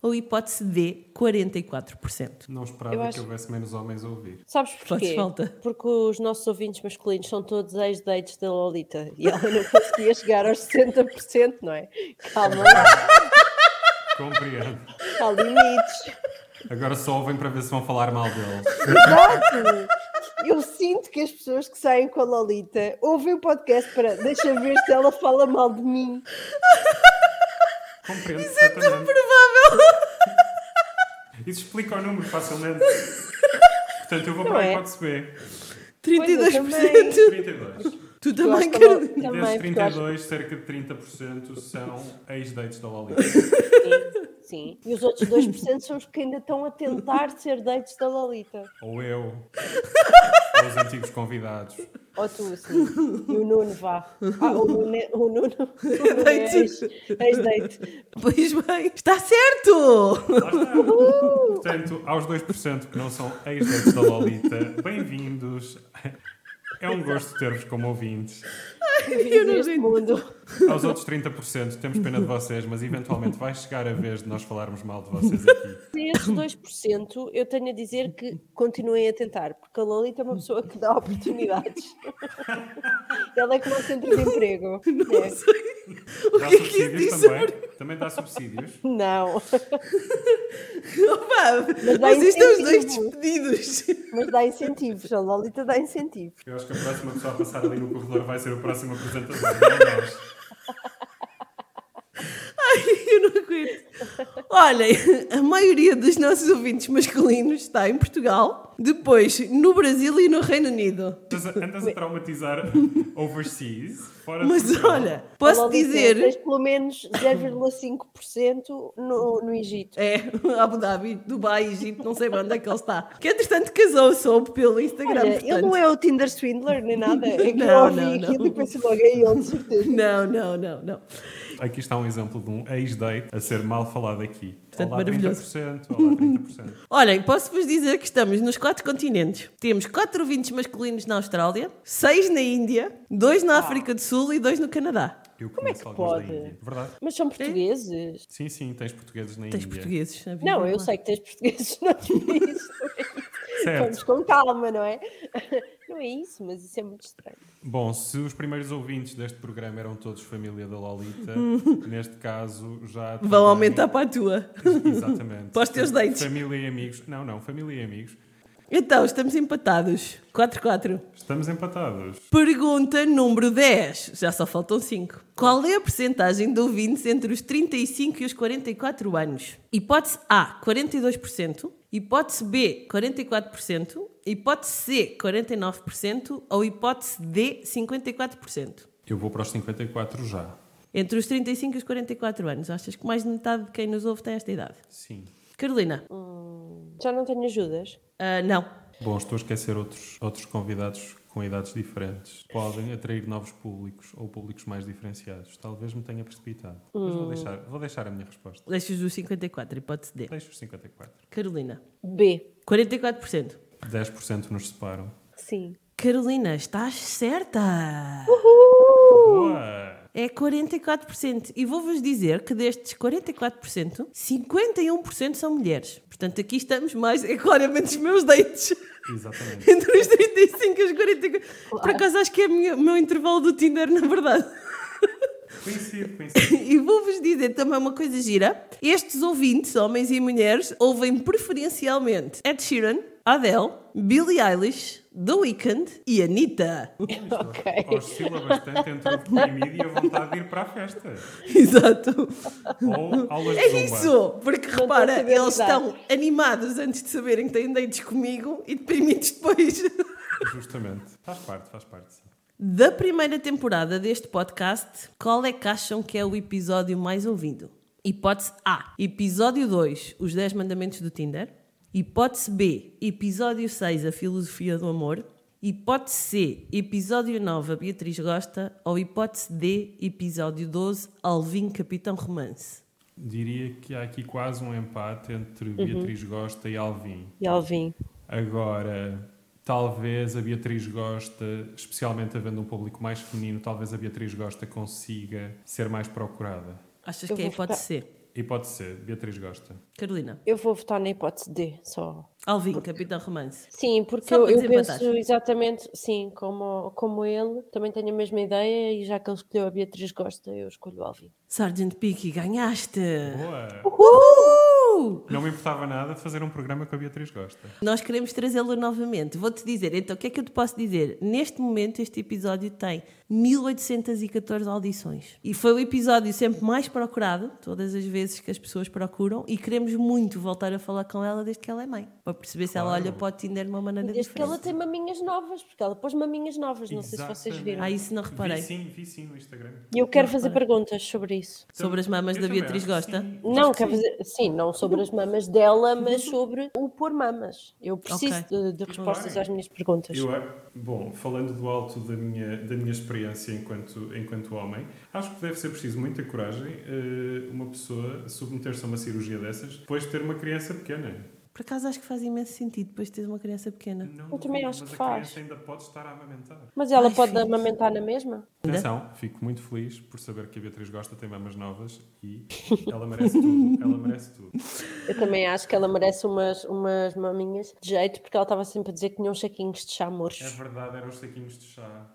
Speaker 1: Ou hipótese D, 44%.
Speaker 11: Não esperava
Speaker 10: Eu acho-
Speaker 11: que houvesse menos homens a ouvir.
Speaker 10: Sabes
Speaker 1: Faz
Speaker 10: porquê?
Speaker 1: falta.
Speaker 10: Porque os nossos ouvintes masculinos são todos ex-dates da Lolita e ela não conseguia chegar aos 60%, não é? Calma, lá,
Speaker 11: Compreendo.
Speaker 10: há limites.
Speaker 11: Agora só ouvem para ver se vão falar mal deles.
Speaker 10: Exato! Eu sinto que as pessoas que saem com a Lolita ouvem o podcast para deixa ver se ela fala mal de mim.
Speaker 11: Compreendo Isso é tão
Speaker 1: Provável!
Speaker 11: Isso explica o número facilmente. Portanto, eu vou
Speaker 10: Não
Speaker 11: para a
Speaker 10: é?
Speaker 11: hipótese B.
Speaker 1: 32%!
Speaker 11: 32.
Speaker 1: Tu
Speaker 10: Eu
Speaker 1: também,
Speaker 10: acho que a Lolita
Speaker 1: Carolina.
Speaker 11: Desses
Speaker 10: também, porque eu acho
Speaker 11: 32, cerca de 30% são ex-dates da Lolita.
Speaker 10: que sim. E os outros 2% são os que ainda estão a tentar ser dates da Lolita.
Speaker 11: Ou eu. Ou os antigos convidados.
Speaker 10: Ou tu, sim. E o Nuno vá. Ah, o Nuno. é- O Nuno. o Nuno é
Speaker 1: Date.
Speaker 10: ex- ex-date.
Speaker 1: Pois bem, está certo!
Speaker 11: Lá está. Portanto, aos 2% que não são ex-dates da Lolita, bem-vindos. É um gosto ter-vos como ouvintes.
Speaker 1: Eu não
Speaker 10: Neste
Speaker 1: sei.
Speaker 10: mundo.
Speaker 11: Aos outros 30%, temos pena de vocês, mas eventualmente vai chegar a vez de nós falarmos mal de vocês aqui.
Speaker 10: Esses 2% eu tenho a dizer que continuem a tentar, porque a Lolita é uma pessoa que dá oportunidades. Ela é como o centro de emprego. Não, é.
Speaker 1: O
Speaker 11: Dá
Speaker 1: que é que isso
Speaker 11: subsídios
Speaker 1: diz
Speaker 11: também.
Speaker 1: sobre.
Speaker 11: Também dá subsídios.
Speaker 10: não.
Speaker 1: Opa,
Speaker 10: dá
Speaker 1: vocês estão os dois
Speaker 10: incentivo.
Speaker 1: despedidos!
Speaker 10: mas dá incentivos. A Lolita dá incentivos.
Speaker 11: Eu acho que a próxima pessoa a passar ali no corredor vai ser o próximo apresentador, não é? nós.
Speaker 1: Ai, eu não aguento. Olhem, a maioria dos nossos ouvintes masculinos está em Portugal. Depois, no Brasil e no Reino Unido.
Speaker 11: Andas a, andas a traumatizar overseas, fora de
Speaker 1: Mas
Speaker 11: Portugal.
Speaker 1: olha, posso
Speaker 10: Olá, Odisseu,
Speaker 1: dizer.
Speaker 10: Tens pelo menos 0,5% no, no Egito.
Speaker 1: É, Abu Dhabi, Dubai, Egito, não sei bem onde é que ele está. Que entretanto casou, soube pelo Instagram.
Speaker 10: Olha, ele não
Speaker 1: portanto.
Speaker 10: é o Tinder Swindler nem nada. É que eu
Speaker 1: Não,
Speaker 10: ouvi
Speaker 1: não, não.
Speaker 10: aquilo e pensei logo, é ele, de certeza.
Speaker 1: Não, não, não, não.
Speaker 11: Aqui está um exemplo de um ex-date a ser mal falado aqui.
Speaker 1: Portanto,
Speaker 11: olá,
Speaker 1: maravilhoso.
Speaker 11: 30%, olá, 30%.
Speaker 1: Olhem, posso-vos dizer que estamos nos quatro continentes. Temos quatro vintes masculinos na Austrália, seis na Índia, dois na África do Sul e dois no Canadá.
Speaker 11: Eu Como é que
Speaker 10: pode?
Speaker 11: Verdade?
Speaker 10: Mas são portugueses?
Speaker 11: Sim, sim, tens portugueses na
Speaker 1: Tens
Speaker 11: Índia.
Speaker 1: portugueses. a viver
Speaker 10: Não, eu
Speaker 1: lá.
Speaker 10: sei que tens portugueses, não é isso.
Speaker 11: Certo.
Speaker 10: Vamos com calma, não é? Não é isso, mas isso é muito estranho.
Speaker 11: Bom, se os primeiros ouvintes deste programa eram todos família da Lolita, neste caso já.
Speaker 1: Vão
Speaker 11: também-
Speaker 1: aumentar para a tua.
Speaker 11: Exatamente.
Speaker 1: Para os teus dentes.
Speaker 11: Família e amigos. Não, não, família e amigos.
Speaker 1: Então, estamos empatados. 4-4.
Speaker 11: Estamos empatados.
Speaker 1: Pergunta número 10. Já só faltam 5. Qual é a percentagem de ouvintes entre os 35 e os 44 anos? Hipótese A, 42%. Hipótese B, 44%. Hipótese C, 49%. Ou hipótese D, 54%.
Speaker 11: Eu vou para os 54 já.
Speaker 1: Entre os 35 e os 44 anos, achas que mais de metade de quem nos ouve tem esta idade?
Speaker 11: Sim.
Speaker 1: Carolina?
Speaker 10: Hum, Já não tenho ajudas?
Speaker 1: Ah, não.
Speaker 11: Bom, estou a esquecer outros, outros convidados com idades diferentes. Podem atrair novos públicos ou públicos mais diferenciados. Talvez me tenha precipitado. Mas
Speaker 10: Hum.
Speaker 11: vou deixar, vou deixar a minha resposta.
Speaker 1: Deixas os 54, hipótese D.
Speaker 11: Deixo os 54.
Speaker 1: Carolina?
Speaker 10: B.
Speaker 1: 44%.
Speaker 11: 10% nos separam.
Speaker 10: Sim.
Speaker 1: Carolina, estás certa!
Speaker 11: Boa!
Speaker 1: É 44%. E vou-vos dizer que destes 44%, 51% são mulheres. Portanto, aqui estamos mais. É claramente os meus dentes.
Speaker 11: Exatamente.
Speaker 1: Entre os 35 e os 44. Por acaso acho que é o meu, meu intervalo do Tinder, na verdade.
Speaker 11: Coincido, coincido.
Speaker 1: E vou-vos dizer também uma coisa gira. Estes ouvintes, homens e mulheres, ouvem preferencialmente Ed Sheeran, Adele, Billie Eilish, The Weeknd e Anitta.
Speaker 11: Oscila bastante entre o deprimido e a vontade de ir para a festa.
Speaker 1: Exato.
Speaker 11: Ou aulas de
Speaker 1: É
Speaker 11: zumba.
Speaker 1: isso! Porque
Speaker 10: a
Speaker 1: repara,
Speaker 10: saber
Speaker 1: eles
Speaker 10: lidar.
Speaker 1: estão animados antes de saberem que têm dates comigo e deprimidos depois.
Speaker 11: Justamente. Faz parte, faz parte. sim.
Speaker 1: Da primeira temporada deste podcast, qual é que acham que é o episódio mais ouvido? Hipótese A: Episódio 2, Os 10 Mandamentos do Tinder. Hipótese B: Episódio 6, A Filosofia do Amor. Hipótese C: Episódio 9, A Beatriz Gosta. Ou hipótese D: Episódio 12, Alvin Capitão Romance.
Speaker 11: Diria que há aqui quase um empate entre Beatriz Gosta e Alvin.
Speaker 10: E Alvin?
Speaker 11: Agora, talvez a Beatriz Gosta, especialmente havendo um público mais feminino, talvez a Beatriz Gosta consiga ser mais procurada.
Speaker 1: Achas
Speaker 10: Eu
Speaker 1: que é a
Speaker 10: vou ficar-
Speaker 1: hipótese C?
Speaker 11: E pode ser, Beatriz Gosta.
Speaker 1: Carolina.
Speaker 10: Eu vou votar na hipótese D, só.
Speaker 1: Alvin, Capitão Romance.
Speaker 10: Sim, porque
Speaker 1: Só
Speaker 10: eu,
Speaker 1: para
Speaker 10: eu
Speaker 1: desempatar.
Speaker 10: penso exatamente, sim, como, como ele, também tenho a mesma ideia e já que ele escolheu a Beatriz Gosta, eu escolho o Alvin.
Speaker 1: Sargent Picky, ganhaste!
Speaker 11: Boa!
Speaker 1: Uhul!
Speaker 11: Não me importava nada fazer um programa com a Beatriz Gosta.
Speaker 1: Nós queremos trazê-lo novamente. Vou-te dizer, então, o que é que eu te posso dizer? Neste momento, este episódio tem 1814 audições. E foi o episódio sempre mais procurado, todas as vezes que as pessoas procuram, e queremos muito voltar a falar com ela desde que ela é mãe. Para perceber se ela
Speaker 11: Claro.
Speaker 1: olha para o Tinder de uma maneira
Speaker 10: Desde que
Speaker 1: diferente.
Speaker 10: ela tem maminhas novas, porque ela pôs maminhas novas, não sei se vocês
Speaker 11: Exatamente.
Speaker 10: viram.
Speaker 1: Ah, isso não reparei.
Speaker 11: Vi sim, vi sim no Instagram. Então,
Speaker 10: E eu quero fazer perguntas sobre isso.
Speaker 1: Sobre as mamas
Speaker 11: Eu
Speaker 1: da
Speaker 11: também
Speaker 1: Beatriz
Speaker 11: acho que é
Speaker 1: Gosta.
Speaker 11: sim.
Speaker 10: Não, quero fazer, sim, não sobre as mamas dela, mas sobre o pôr mamas. Eu preciso
Speaker 1: Ok.
Speaker 10: de, de respostas às minhas perguntas.
Speaker 11: Eu, a- bom, falando do alto da minha, da minha experiência enquanto, enquanto homem, acho que deve ser preciso muita coragem eh, uma pessoa submeter-se a uma cirurgia dessas depois de ter uma criança pequena.
Speaker 1: Por acaso acho que faz imenso sentido depois de teres uma criança pequena.
Speaker 11: Não
Speaker 10: Eu também
Speaker 11: duvido,
Speaker 10: acho
Speaker 11: mas
Speaker 10: que
Speaker 11: a
Speaker 10: faz.
Speaker 11: criança ainda pode estar a amamentar.
Speaker 10: Mas ela
Speaker 1: Ai,
Speaker 10: pode
Speaker 1: filhos.
Speaker 10: amamentar na mesma?
Speaker 11: Atenção, fico muito feliz por saber que a Beatriz Gosta tem mamas novas e ela merece tudo. Ela merece tudo.
Speaker 10: Eu também acho que ela merece umas, umas maminhas de jeito, porque ela estava sempre a dizer que tinha uns saquinhos de chá murcho.
Speaker 11: É verdade, eram os saquinhos de chá.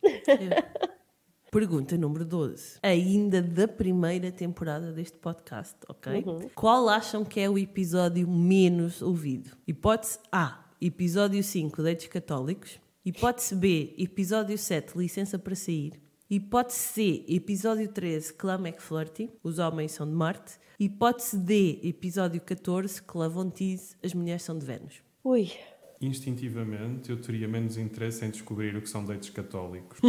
Speaker 1: Pergunta número 12. Ainda da primeira temporada deste podcast, ok? Qual acham que é o episódio menos ouvido? Hipótese A, episódio 5, Deitos Católicos. Hipótese B, episódio 7, Licença para Sair. Hipótese C, episódio 13, Clam McFlirty, Os Homens São de Marte. Hipótese D, episódio 14, Clavontize, As Mulheres São de Vênus.
Speaker 10: Ui,
Speaker 11: instintivamente eu teria menos interesse em descobrir o que são deitos católicos.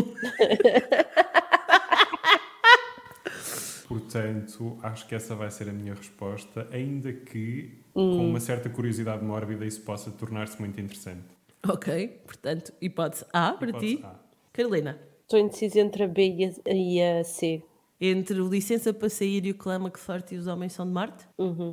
Speaker 11: Portanto, acho que essa vai ser a minha resposta, ainda que
Speaker 1: Hum.
Speaker 11: com uma certa curiosidade mórbida isso possa tornar-se muito interessante.
Speaker 1: Ok, portanto, hipótese A para
Speaker 11: Hipótese
Speaker 1: ti. Carolina.
Speaker 11: É.
Speaker 10: Estou indecisa entre a B e a, e a C.
Speaker 1: Entre o licença para sair e o clama que sorte e os homens são de Marte?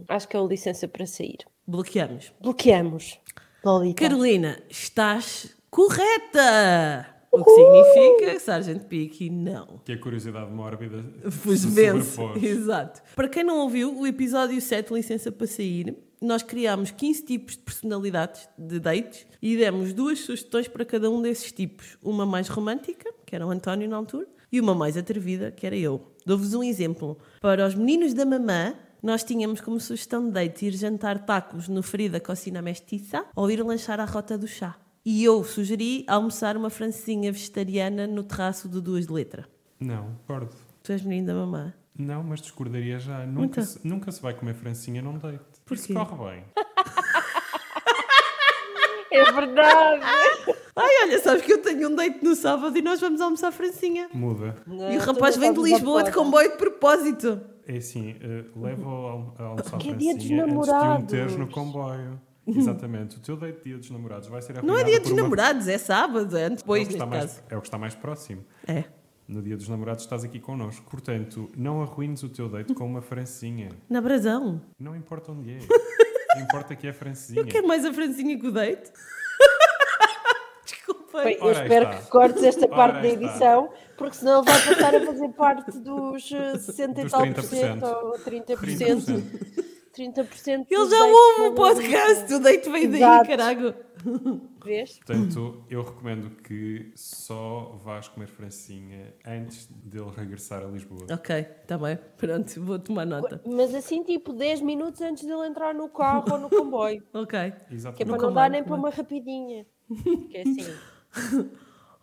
Speaker 10: Acho que é o licença para sair.
Speaker 1: Bloqueamos.
Speaker 10: Bloqueamos. Lolita.
Speaker 1: um Carolina, estás correta! O que significa que Sargent Peaky não.
Speaker 11: Que a curiosidade mórbida
Speaker 1: Pois
Speaker 11: se
Speaker 1: vence.
Speaker 11: sobrepôs.
Speaker 1: Exato. Para quem não ouviu, o episódio 7, Licença para Sair, nós criámos 15 tipos de personalidades de dates e demos duas sugestões para cada um desses tipos. Uma mais romântica, que era o António na altura, e uma mais atrevida, que era eu. Dou-vos um exemplo. Para os meninos da mamã, nós tínhamos como sugestão de date ir jantar tacos no Ferida Cocina Mestiça ou ir lanchar à Rota do Chá. E eu sugeri almoçar uma francesinha vegetariana no terraço do Duas de Letra.
Speaker 11: Não, gordo.
Speaker 1: Tu és menino da mamã?
Speaker 11: Não, mas discordaria já. Nunca,
Speaker 1: Então.
Speaker 11: se, nunca se vai comer francinha num date. Isso
Speaker 1: Porquê?
Speaker 11: corre bem.
Speaker 10: É verdade!
Speaker 1: Ai, olha, sabes que eu tenho um date no sábado e nós vamos almoçar a francinha.
Speaker 11: Muda.
Speaker 1: e o rapaz vem de Lisboa de comboio de propósito.
Speaker 11: É assim, eh, leva o al- a almoçar
Speaker 1: Que é
Speaker 11: francinha
Speaker 1: dia dos
Speaker 11: antes de o
Speaker 1: namorados.
Speaker 11: meteres no comboio. Exatamente. O teu date de dia dos namorados vai ser
Speaker 1: Não é
Speaker 11: arruinado
Speaker 1: dia
Speaker 11: por
Speaker 1: dos
Speaker 11: uma-
Speaker 1: namorados, é sábado, é antes,
Speaker 11: é o
Speaker 1: depois,
Speaker 11: que está
Speaker 1: neste
Speaker 11: mais-
Speaker 1: caso.
Speaker 11: É o que está mais próximo.
Speaker 1: É.
Speaker 11: No dia dos namorados estás aqui connosco. Portanto, não arruines o teu date com uma francinha.
Speaker 1: Na brasão.
Speaker 11: Não importa onde é. importa que é francinha.
Speaker 1: Eu quero mais a francinha que o date. Desculpa.
Speaker 10: Bem, eu
Speaker 11: Ora aí
Speaker 10: espero
Speaker 11: está.
Speaker 10: que cortes esta
Speaker 11: Ora
Speaker 10: parte da
Speaker 11: aí está.
Speaker 10: edição, porque senão ele vai passar a fazer parte dos eh, 60 e
Speaker 11: Dos
Speaker 10: tal
Speaker 11: 30%.
Speaker 10: por cento ou 30 por cento. 30%
Speaker 1: Ele
Speaker 10: dos
Speaker 1: já
Speaker 10: dates
Speaker 1: ouve o
Speaker 10: são-
Speaker 1: podcast, o date veio daí,
Speaker 10: Exato.
Speaker 1: carago.
Speaker 10: Vês?
Speaker 11: Portanto, eu recomendo que só vás comer francinha antes dele regressar a Lisboa.
Speaker 1: Ok, está bem. Pronto, vou tomar nota.
Speaker 10: Mas assim, tipo, 10 minutos antes dele entrar no carro ou no comboio.
Speaker 1: Ok.
Speaker 11: Exato.
Speaker 10: Que é para não dar nem para uma rapidinha. Que é assim.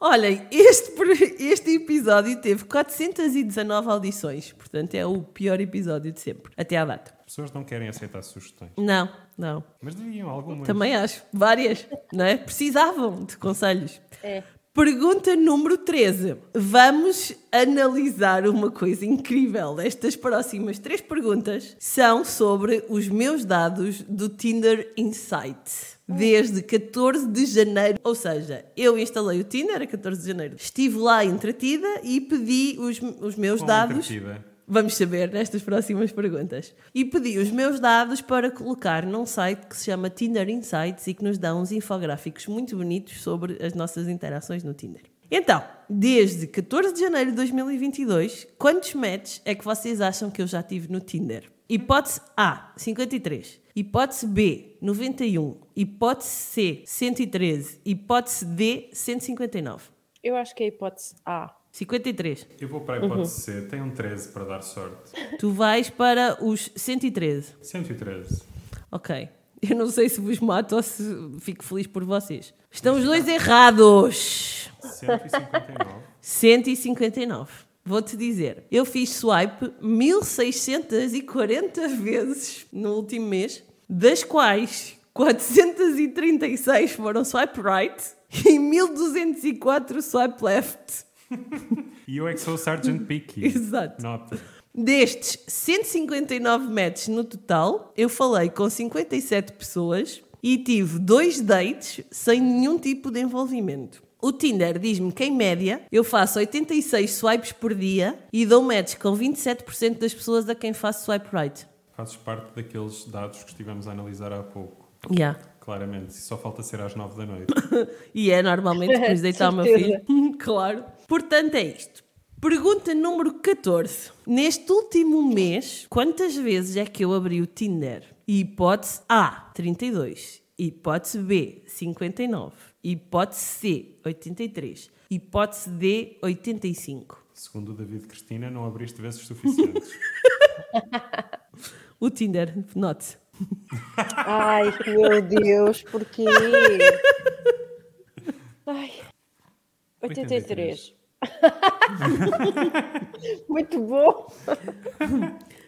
Speaker 1: Olhem, este, pre- este episódio teve 419 audições, portanto é o pior episódio de sempre, até à data.
Speaker 11: As pessoas não querem aceitar sugestões.
Speaker 1: Não, não.
Speaker 11: Mas deviam algumas.
Speaker 1: Também acho, várias, não é? Precisavam de conselhos.
Speaker 10: É.
Speaker 1: Pergunta número 13. Vamos analisar uma coisa incrível. Estas próximas três perguntas são sobre os meus dados do Tinder Insight. Desde 14 de janeiro. Ou seja, eu instalei o Tinder a 14 de janeiro. Estive lá entretida e pedi os, os meus
Speaker 11: Quão
Speaker 1: dados.
Speaker 11: entretida?
Speaker 1: Vamos saber nestas próximas perguntas. E pedi os meus dados para colocar num site que se chama Tinder Insights e que nos dá uns infográficos muito bonitos sobre as nossas interações no Tinder. Então, desde 14 de janeiro de 2022, quantos matches é que vocês acham que eu já tive no Tinder? Hipótese A, 53. Hipótese B, 91. Hipótese C, 113. Hipótese D, 159.
Speaker 10: Eu acho que é a hipótese A.
Speaker 1: 53.
Speaker 11: Eu vou para a hipótese C, tem um 13 para dar sorte.
Speaker 1: Tu vais para os 113.
Speaker 11: 113.
Speaker 1: Ok. Eu não sei se vos mato ou se fico feliz por vocês. Estão os dois errados.
Speaker 11: 159.
Speaker 1: 159. Vou-te dizer, eu fiz swipe 1640 vezes no último mês, das quais 436 foram swipe right e 1204 swipe left.
Speaker 11: E eu é que sou o Sergeant Picky.
Speaker 1: Exato.
Speaker 11: Nota.
Speaker 1: Destes 159 matches no total, eu falei com 57 pessoas e tive dois dates sem nenhum tipo de envolvimento. O Tinder diz-me que, em média, eu faço 86 swipes por dia e dou match com 27% das pessoas a quem faço swipe right.
Speaker 11: Fazes parte daqueles dados que estivemos a analisar há pouco.
Speaker 1: Yeah.
Speaker 11: Claramente. Só falta ser às 9 da noite.
Speaker 1: E é normalmente depois de deitar o meu
Speaker 11: Certeza.
Speaker 1: filho. claro. Portanto, é isto. Pergunta número 14. Neste último mês, quantas vezes é que eu abri o Tinder? Hipótese A, 32. Hipótese B, 59. Hipótese C, 83. Hipótese D, 85.
Speaker 11: Segundo o David Cristina, não abriste vezes suficientes.
Speaker 1: O Tinder, note.
Speaker 10: Ai, que meu Deus, porquê? Ai. é 83. Muito bom.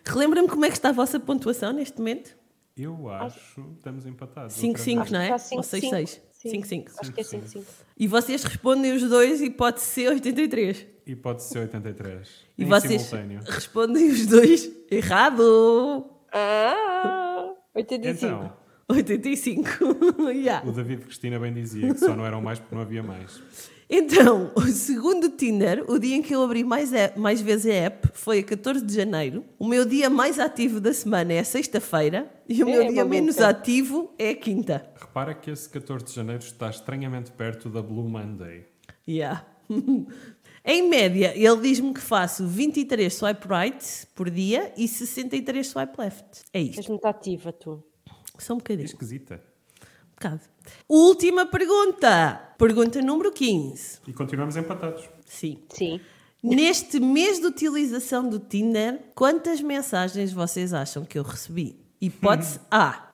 Speaker 1: Relembra-me como é que está a vossa pontuação neste momento?
Speaker 11: Eu acho que estamos empatados.
Speaker 1: 5-5,
Speaker 11: Outra
Speaker 1: não é?
Speaker 11: vez.
Speaker 1: Ou 6-6?
Speaker 10: Sim.
Speaker 1: 5-5.
Speaker 10: Acho que é 5-5.
Speaker 1: E vocês respondem os dois e pode ser 83.
Speaker 11: E pode ser 83.
Speaker 1: E
Speaker 11: Em
Speaker 1: vocês
Speaker 11: simultâneo.
Speaker 1: respondem os dois errado.
Speaker 10: Ah, 85.
Speaker 11: Então.
Speaker 1: 85. yeah.
Speaker 11: O David Cristina bem dizia que só não eram mais porque não havia mais.
Speaker 1: Então, o segundo Tinder, o dia em que eu abri mais, a- mais vezes a app foi a 14 de janeiro. O meu dia mais ativo da semana é a sexta-feira e o
Speaker 11: É,
Speaker 1: meu dia
Speaker 11: maluca.
Speaker 1: menos ativo é a quinta.
Speaker 11: Repara que esse 14 de janeiro está estranhamente perto da Blue Monday.
Speaker 1: Yeah. em média, ele diz-me que faço 23 swipe right por dia e 63 swipe left. É isto.
Speaker 10: És muito ativa, tu.
Speaker 1: Só um bocadinho.
Speaker 11: É Esquisita.
Speaker 1: Um bocado. Última pergunta. Pergunta número 15.
Speaker 11: E continuamos empatados.
Speaker 1: Sim.
Speaker 10: Sim.
Speaker 1: Neste mês de utilização do Tinder, quantas mensagens vocês acham que eu recebi? Hipótese
Speaker 10: Hum.
Speaker 1: A,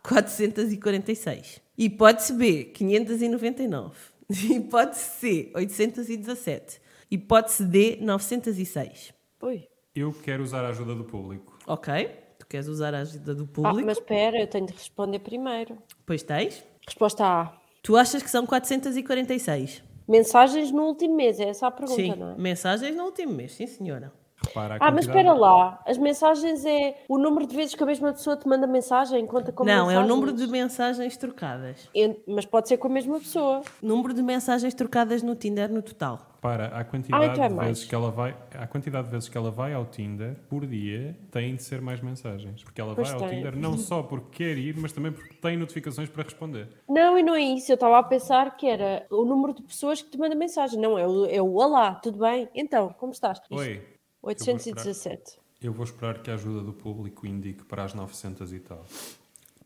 Speaker 1: 446. Hipótese B, 599. Hipótese C, 817. Hipótese D, 906.
Speaker 10: Oi.
Speaker 11: Eu quero usar a ajuda do público.
Speaker 1: Ok. Tu queres usar a ajuda do
Speaker 10: Ah,
Speaker 1: público?
Speaker 10: mas espera, eu tenho de responder primeiro.
Speaker 1: Pois tens.
Speaker 10: Resposta A.
Speaker 1: Tu achas que são 446?
Speaker 10: Mensagens no último mês, é essa a pergunta,
Speaker 1: sim.
Speaker 10: não é?
Speaker 1: Mensagens no último mês, sim, senhora.
Speaker 11: Repara a
Speaker 10: Ah, mas
Speaker 11: quantidade.
Speaker 10: espera lá. As mensagens é o número de vezes que a mesma pessoa te manda mensagem, conta como
Speaker 1: Não, é o
Speaker 10: mensagens?
Speaker 1: número de mensagens trocadas.
Speaker 10: En- Mas pode ser com a mesma pessoa.
Speaker 1: Número de mensagens trocadas no Tinder no total.
Speaker 11: Repara, a quantidade
Speaker 10: Ah, então é
Speaker 11: de
Speaker 10: mais.
Speaker 11: vezes que ela vai, a quantidade de vezes que ela vai ao Tinder por dia tem de ser mais mensagens, porque ela
Speaker 10: Pois
Speaker 11: vai ao
Speaker 10: tem.
Speaker 11: Tinder não só porque quer ir, mas também porque tem notificações para responder.
Speaker 10: Não, e não é isso. Eu estava a pensar que era o número de pessoas que te manda mensagem. Não, é o, é o olá, tudo bem? Então, como estás? Isto.
Speaker 11: Oi. Eu vou esperar-
Speaker 10: 817.
Speaker 11: Eu vou esperar que a ajuda do público indique para as 900 e tal.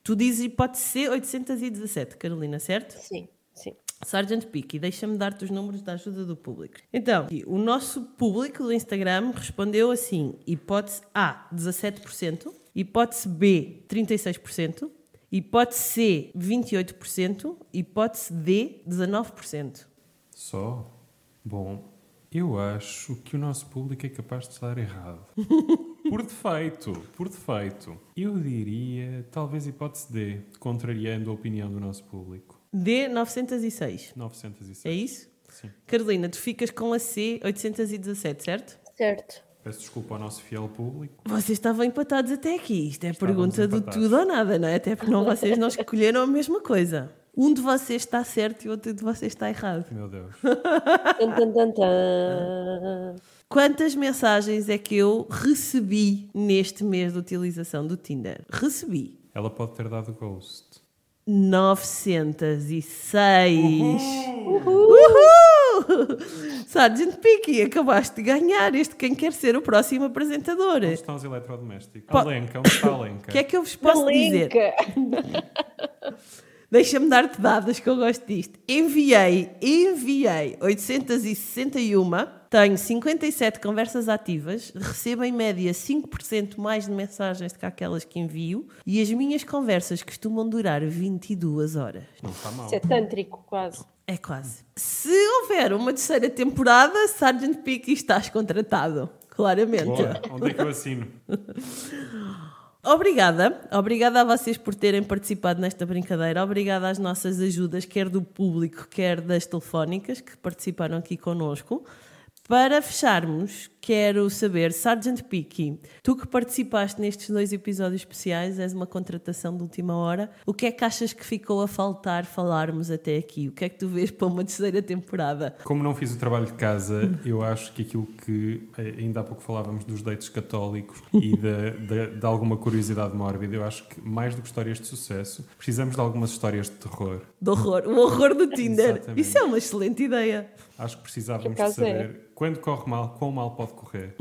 Speaker 1: Tu dizes hipótese C 817, Carolina, certo?
Speaker 10: Sim, sim.
Speaker 1: Sargent Pique, deixa-me dar-te os números da ajuda do público. Então, aqui, o nosso público do Instagram respondeu assim: hipótese A, 17%, hipótese B, 36%, hipótese C, 28%, hipótese D, 19%.
Speaker 11: Só? Bom, eu acho que o nosso público é capaz de estar errado. Por defeito, por defeito. Eu diria, talvez hipótese D, contrariando a opinião do nosso público.
Speaker 1: D, 906.
Speaker 11: 906.
Speaker 1: É isso?
Speaker 11: Sim.
Speaker 1: Carolina, tu ficas com a C, 817, certo?
Speaker 10: Certo.
Speaker 11: Peço desculpa ao nosso fiel público.
Speaker 1: Vocês estavam empatados até aqui. Isto é
Speaker 11: Estávamos
Speaker 1: pergunta do
Speaker 11: empatados.
Speaker 1: tudo ou nada, não é? Até porque não, vocês não escolheram a mesma coisa. Um de vocês está certo e outro de vocês está errado.
Speaker 11: Meu Deus.
Speaker 10: Tan, tan, tan, tan.
Speaker 1: Quantas mensagens é que eu recebi neste mês de utilização do Tinder? Recebi
Speaker 11: Ela pode ter dado ghost.
Speaker 1: É. 906. Uhul! Sargent Picky, acabaste de ganhar. Este quem quer ser o próximo apresentador.
Speaker 11: Onde estão os eletrodomésticos?
Speaker 1: Pa-
Speaker 11: Alenca, onde está a Lenca?
Speaker 1: O que é que eu vos posso dizer? Deixa-me dar-te dadas que eu gosto disto. Enviei, enviei 861. Tenho 57 conversas ativas, recebo em média 5% mais de mensagens do que aquelas que envio e as minhas conversas costumam durar 22 horas.
Speaker 11: Não está mal.
Speaker 10: Isso é tântrico, quase.
Speaker 1: É quase. Se houver uma terceira temporada, Sargent Picky estás contratado, claramente.
Speaker 11: Boa. Onde é que eu assino?
Speaker 1: Obrigada, obrigada a vocês por terem participado nesta brincadeira, obrigada às nossas ajudas, quer do público, quer das telefónicas que participaram aqui connosco. Para fecharmos, quero saber, Sargent Picky, tu que participaste nestes dois episódios especiais, és uma contratação de última hora, o que é que achas que ficou a faltar falarmos até aqui? O que é que tu vês para uma terceira temporada?
Speaker 11: Como não fiz o trabalho de casa, eu acho que aquilo que eh, ainda há pouco falávamos dos dates católicos e de, de- de alguma curiosidade mórbida, eu acho que mais do que histórias de sucesso, precisamos de algumas histórias de terror.
Speaker 1: Do horror, o horror do Tinder.
Speaker 11: Exatamente.
Speaker 1: Isso é uma excelente ideia.
Speaker 11: Acho que
Speaker 1: Por
Speaker 11: precisávamos de
Speaker 1: acaso é.
Speaker 11: saber quando corre mal, quão mal pode correr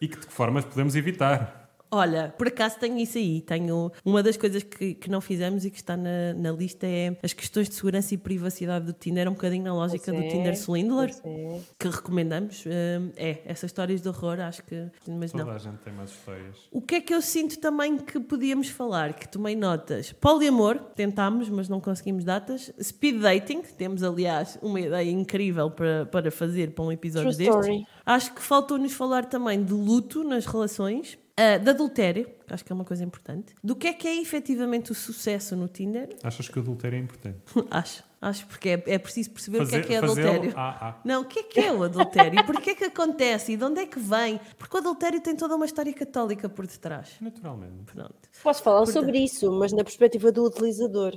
Speaker 11: e que de que formas podemos evitar.
Speaker 1: Olha, por acaso tenho isso aí. Tenho uma das coisas que, que não fizemos e que está na, na lista é as questões de segurança e privacidade do Tinder, um bocadinho na lógica
Speaker 10: Pois
Speaker 1: do
Speaker 10: é,
Speaker 1: Tinder Swindler,
Speaker 10: pois é.
Speaker 1: que recomendamos. Hum, é, essas histórias de horror, acho que. Mas
Speaker 11: Toda
Speaker 1: não.
Speaker 11: a gente tem mais histórias.
Speaker 1: O que é que eu sinto também que podíamos falar, que tomei notas? Poliamor, tentámos, mas não conseguimos datas. Speed dating, temos aliás uma ideia incrível para, para fazer para um episódio
Speaker 10: True
Speaker 1: destes.
Speaker 10: story.
Speaker 1: Acho que faltou-nos falar também de luto nas relações. ah, de adultério, que acho que é uma coisa importante, do que é que é efetivamente o sucesso no Tinder.
Speaker 11: Achas que o adultério é importante?
Speaker 1: acho, acho, porque é, é preciso perceber o
Speaker 11: Fazer-
Speaker 1: que é que é
Speaker 11: fazê-lo-
Speaker 1: adultério.
Speaker 11: Ah, ah.
Speaker 1: Não, o que é que é o adultério? Porquê é que acontece? E de onde é que vem? Porque o adultério tem toda uma história católica por detrás.
Speaker 11: Naturalmente.
Speaker 1: Pronto.
Speaker 10: Posso falar sobre isso, mas na perspectiva do utilizador.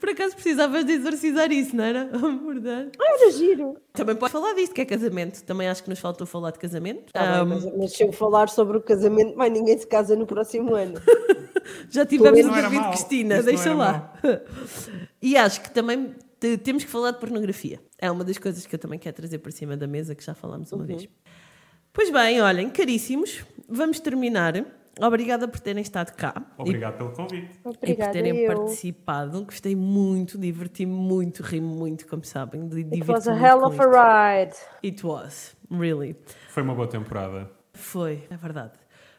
Speaker 1: Por acaso precisavas de exorcizar isso, não era? Oh, Verdade.
Speaker 10: Ah, era giro.
Speaker 1: Também pode falar disto, que é casamento. Também acho que nos faltou falar de casamento.
Speaker 10: Tá bem,
Speaker 1: Ahm,
Speaker 10: mas, mas se eu falar sobre o casamento, mais ninguém se casa no próximo ano.
Speaker 1: É Já tivemos
Speaker 10: Isso
Speaker 1: o
Speaker 10: não era
Speaker 1: David
Speaker 10: mau.
Speaker 1: Cristina,
Speaker 10: Isso não
Speaker 1: deixa
Speaker 10: era
Speaker 1: lá. E acho que também te- temos que falar de pornografia. É uma das coisas que eu também quero trazer para cima da mesa, que já falámos uma
Speaker 10: Uhum.
Speaker 1: vez. Pois bem, olhem, caríssimos, vamos terminar. Obrigada por terem estado cá.
Speaker 11: Obrigado pelo convite.
Speaker 1: E por
Speaker 10: Obrigada,
Speaker 1: terem
Speaker 10: eu.
Speaker 1: participado, gostei muito, diverti-me muito, ri muito, como sabem. de-
Speaker 10: It
Speaker 1: diverti-me
Speaker 10: was a
Speaker 1: muito
Speaker 10: hell
Speaker 1: com
Speaker 10: of a
Speaker 1: isto.
Speaker 10: ride.
Speaker 1: It was, really.
Speaker 11: Foi uma boa temporada.
Speaker 1: Foi, é verdade.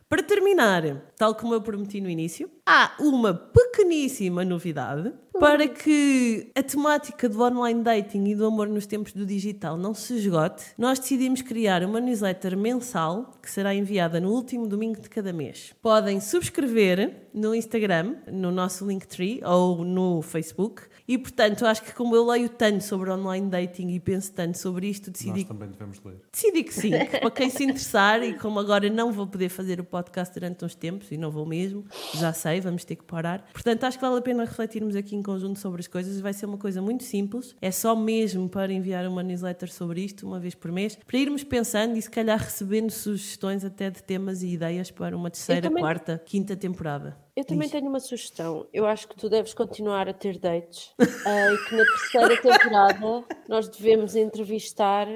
Speaker 1: Para terminar, tal como eu prometi no início, há uma pequeníssima novidade para que a temática do online dating e do amor nos tempos do digital não se esgote. Nós decidimos criar uma newsletter mensal que será enviada no último domingo de cada mês. Podem subscrever no Instagram, no nosso Linktree ou no Facebook. E portanto, acho que como eu leio tanto sobre online dating e penso tanto sobre isto, decidi
Speaker 11: Nós também devemos ler.
Speaker 1: Decidi que sim, que para quem se interessar, e como agora não vou poder fazer o podcast durante uns tempos, e não vou mesmo, já sei, vamos ter que parar. Portanto, acho que vale a pena refletirmos aqui em conjunto sobre as coisas. Vai ser uma coisa muito simples, é só mesmo para enviar uma newsletter sobre isto, uma vez por mês, para irmos pensando e se calhar recebendo sugestões até de temas e ideias para uma terceira,
Speaker 10: também-
Speaker 1: quarta, quinta temporada.
Speaker 10: Eu também tenho uma sugestão. Eu acho que tu deves continuar a ter dates ah, e que na terceira temporada nós devemos entrevistar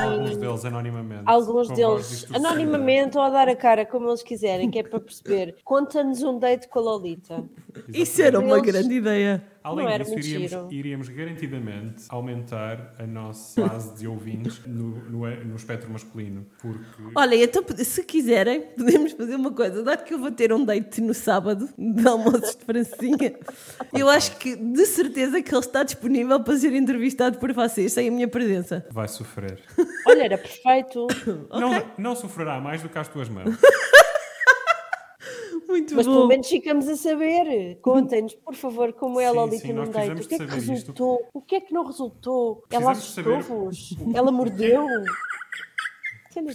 Speaker 11: Alguns
Speaker 10: assim,
Speaker 11: deles anonimamente.
Speaker 10: alguns
Speaker 11: Com voz
Speaker 10: deles
Speaker 11: distorcida.
Speaker 10: anonimamente ou a dar a cara como eles quiserem, que é para perceber. Conta-nos um date com a Lolita.
Speaker 1: Isso era uma
Speaker 10: Eles-
Speaker 1: grande ideia.
Speaker 11: Além
Speaker 10: Não era
Speaker 11: disso,
Speaker 10: muito giro.
Speaker 11: iríamos, iríamos garantidamente aumentar a nossa base de ouvintes no, no, no espectro masculino. Porque
Speaker 1: Olha, então, se quiserem, podemos fazer uma coisa. Dado que eu vou ter um date no sábado de almoços de francinha, eu acho que de certeza que ele está disponível para ser entrevistado por vocês sem a minha presença.
Speaker 11: vai sofrer.
Speaker 10: Olha, era perfeito.
Speaker 11: Não, não sofrerá mais do que às tuas mãos.
Speaker 1: Muito
Speaker 10: Mas
Speaker 1: bom.
Speaker 10: pelo menos ficamos a saber. Contem-nos, por favor, como é a
Speaker 11: Sim,
Speaker 10: Lolita
Speaker 11: sim,
Speaker 10: num
Speaker 11: nós
Speaker 10: date.
Speaker 11: precisamos
Speaker 10: O que é que
Speaker 11: de saber isto.
Speaker 10: resultou? O que é que não resultou? Ela
Speaker 11: Precisamos de saber
Speaker 10: assustou-vos?
Speaker 11: o- é
Speaker 10: Ela mordeu? Cenas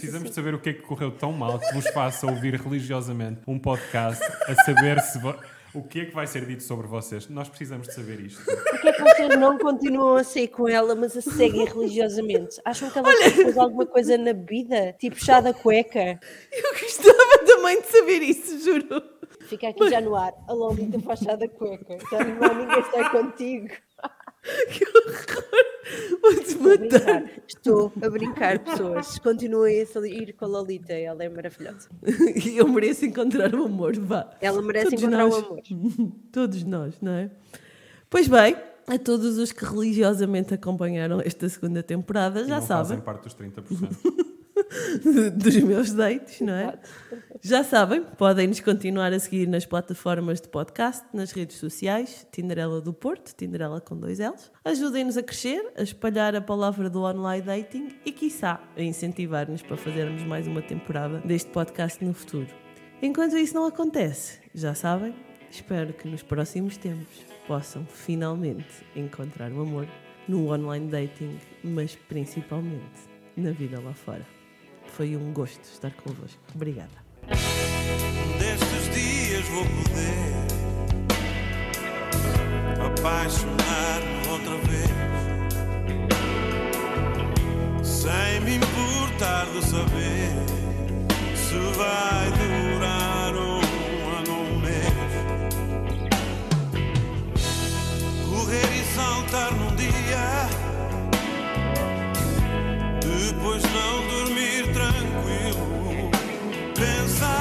Speaker 11: Precisamos de
Speaker 10: assim.
Speaker 11: saber o que é que correu tão mal que vos faça ouvir religiosamente um podcast a saber se vo- o que é que vai ser dito sobre vocês. Nós precisamos de saber isto.
Speaker 10: Porquê é que vocês não continuam a sair com ela, mas a seguem religiosamente? Acham que ela fez alguma coisa na bebida? Tipo chá da cueca?
Speaker 1: Eu gostava também de saber isso, juro.
Speaker 10: Fica aqui já no ar. A Lolita faz chá da cueca. Já não há ninguém está contigo.
Speaker 1: Vou-te
Speaker 10: Estou a
Speaker 1: matar.
Speaker 10: brincar. Estou a brincar, pessoas. Continuem a sair com a Lolita. Ela é maravilhosa.
Speaker 1: Eu mereço encontrar o amor, vá.
Speaker 10: Ela merece encontrar o amor.
Speaker 1: Todos nós, não é? Pois bem, a todos os que religiosamente acompanharam esta segunda temporada,
Speaker 11: E
Speaker 1: já
Speaker 11: não
Speaker 1: sabem.
Speaker 11: fazem parte dos 30%.
Speaker 1: dos meus dates, não é? Já sabem, podem nos continuar a seguir nas plataformas de podcast, nas redes sociais, Tinderela do Porto, Tinderela com dois L's. Ajudem-nos a crescer, a espalhar a palavra do online dating e, quiçá, a incentivar-nos para fazermos mais uma temporada deste podcast no futuro. Enquanto isso não acontece, já sabem, espero que nos próximos tempos possam finalmente encontrar o amor no online dating, mas principalmente na vida lá fora. Foi um gosto estar convosco. Obrigada.
Speaker 15: Destes dias vou poder apaixonar-me outra vez, sem me importar de saber se vai durar um ano ou um mês. Correr e saltar num dia, depois não dormir tranquilo. Pensar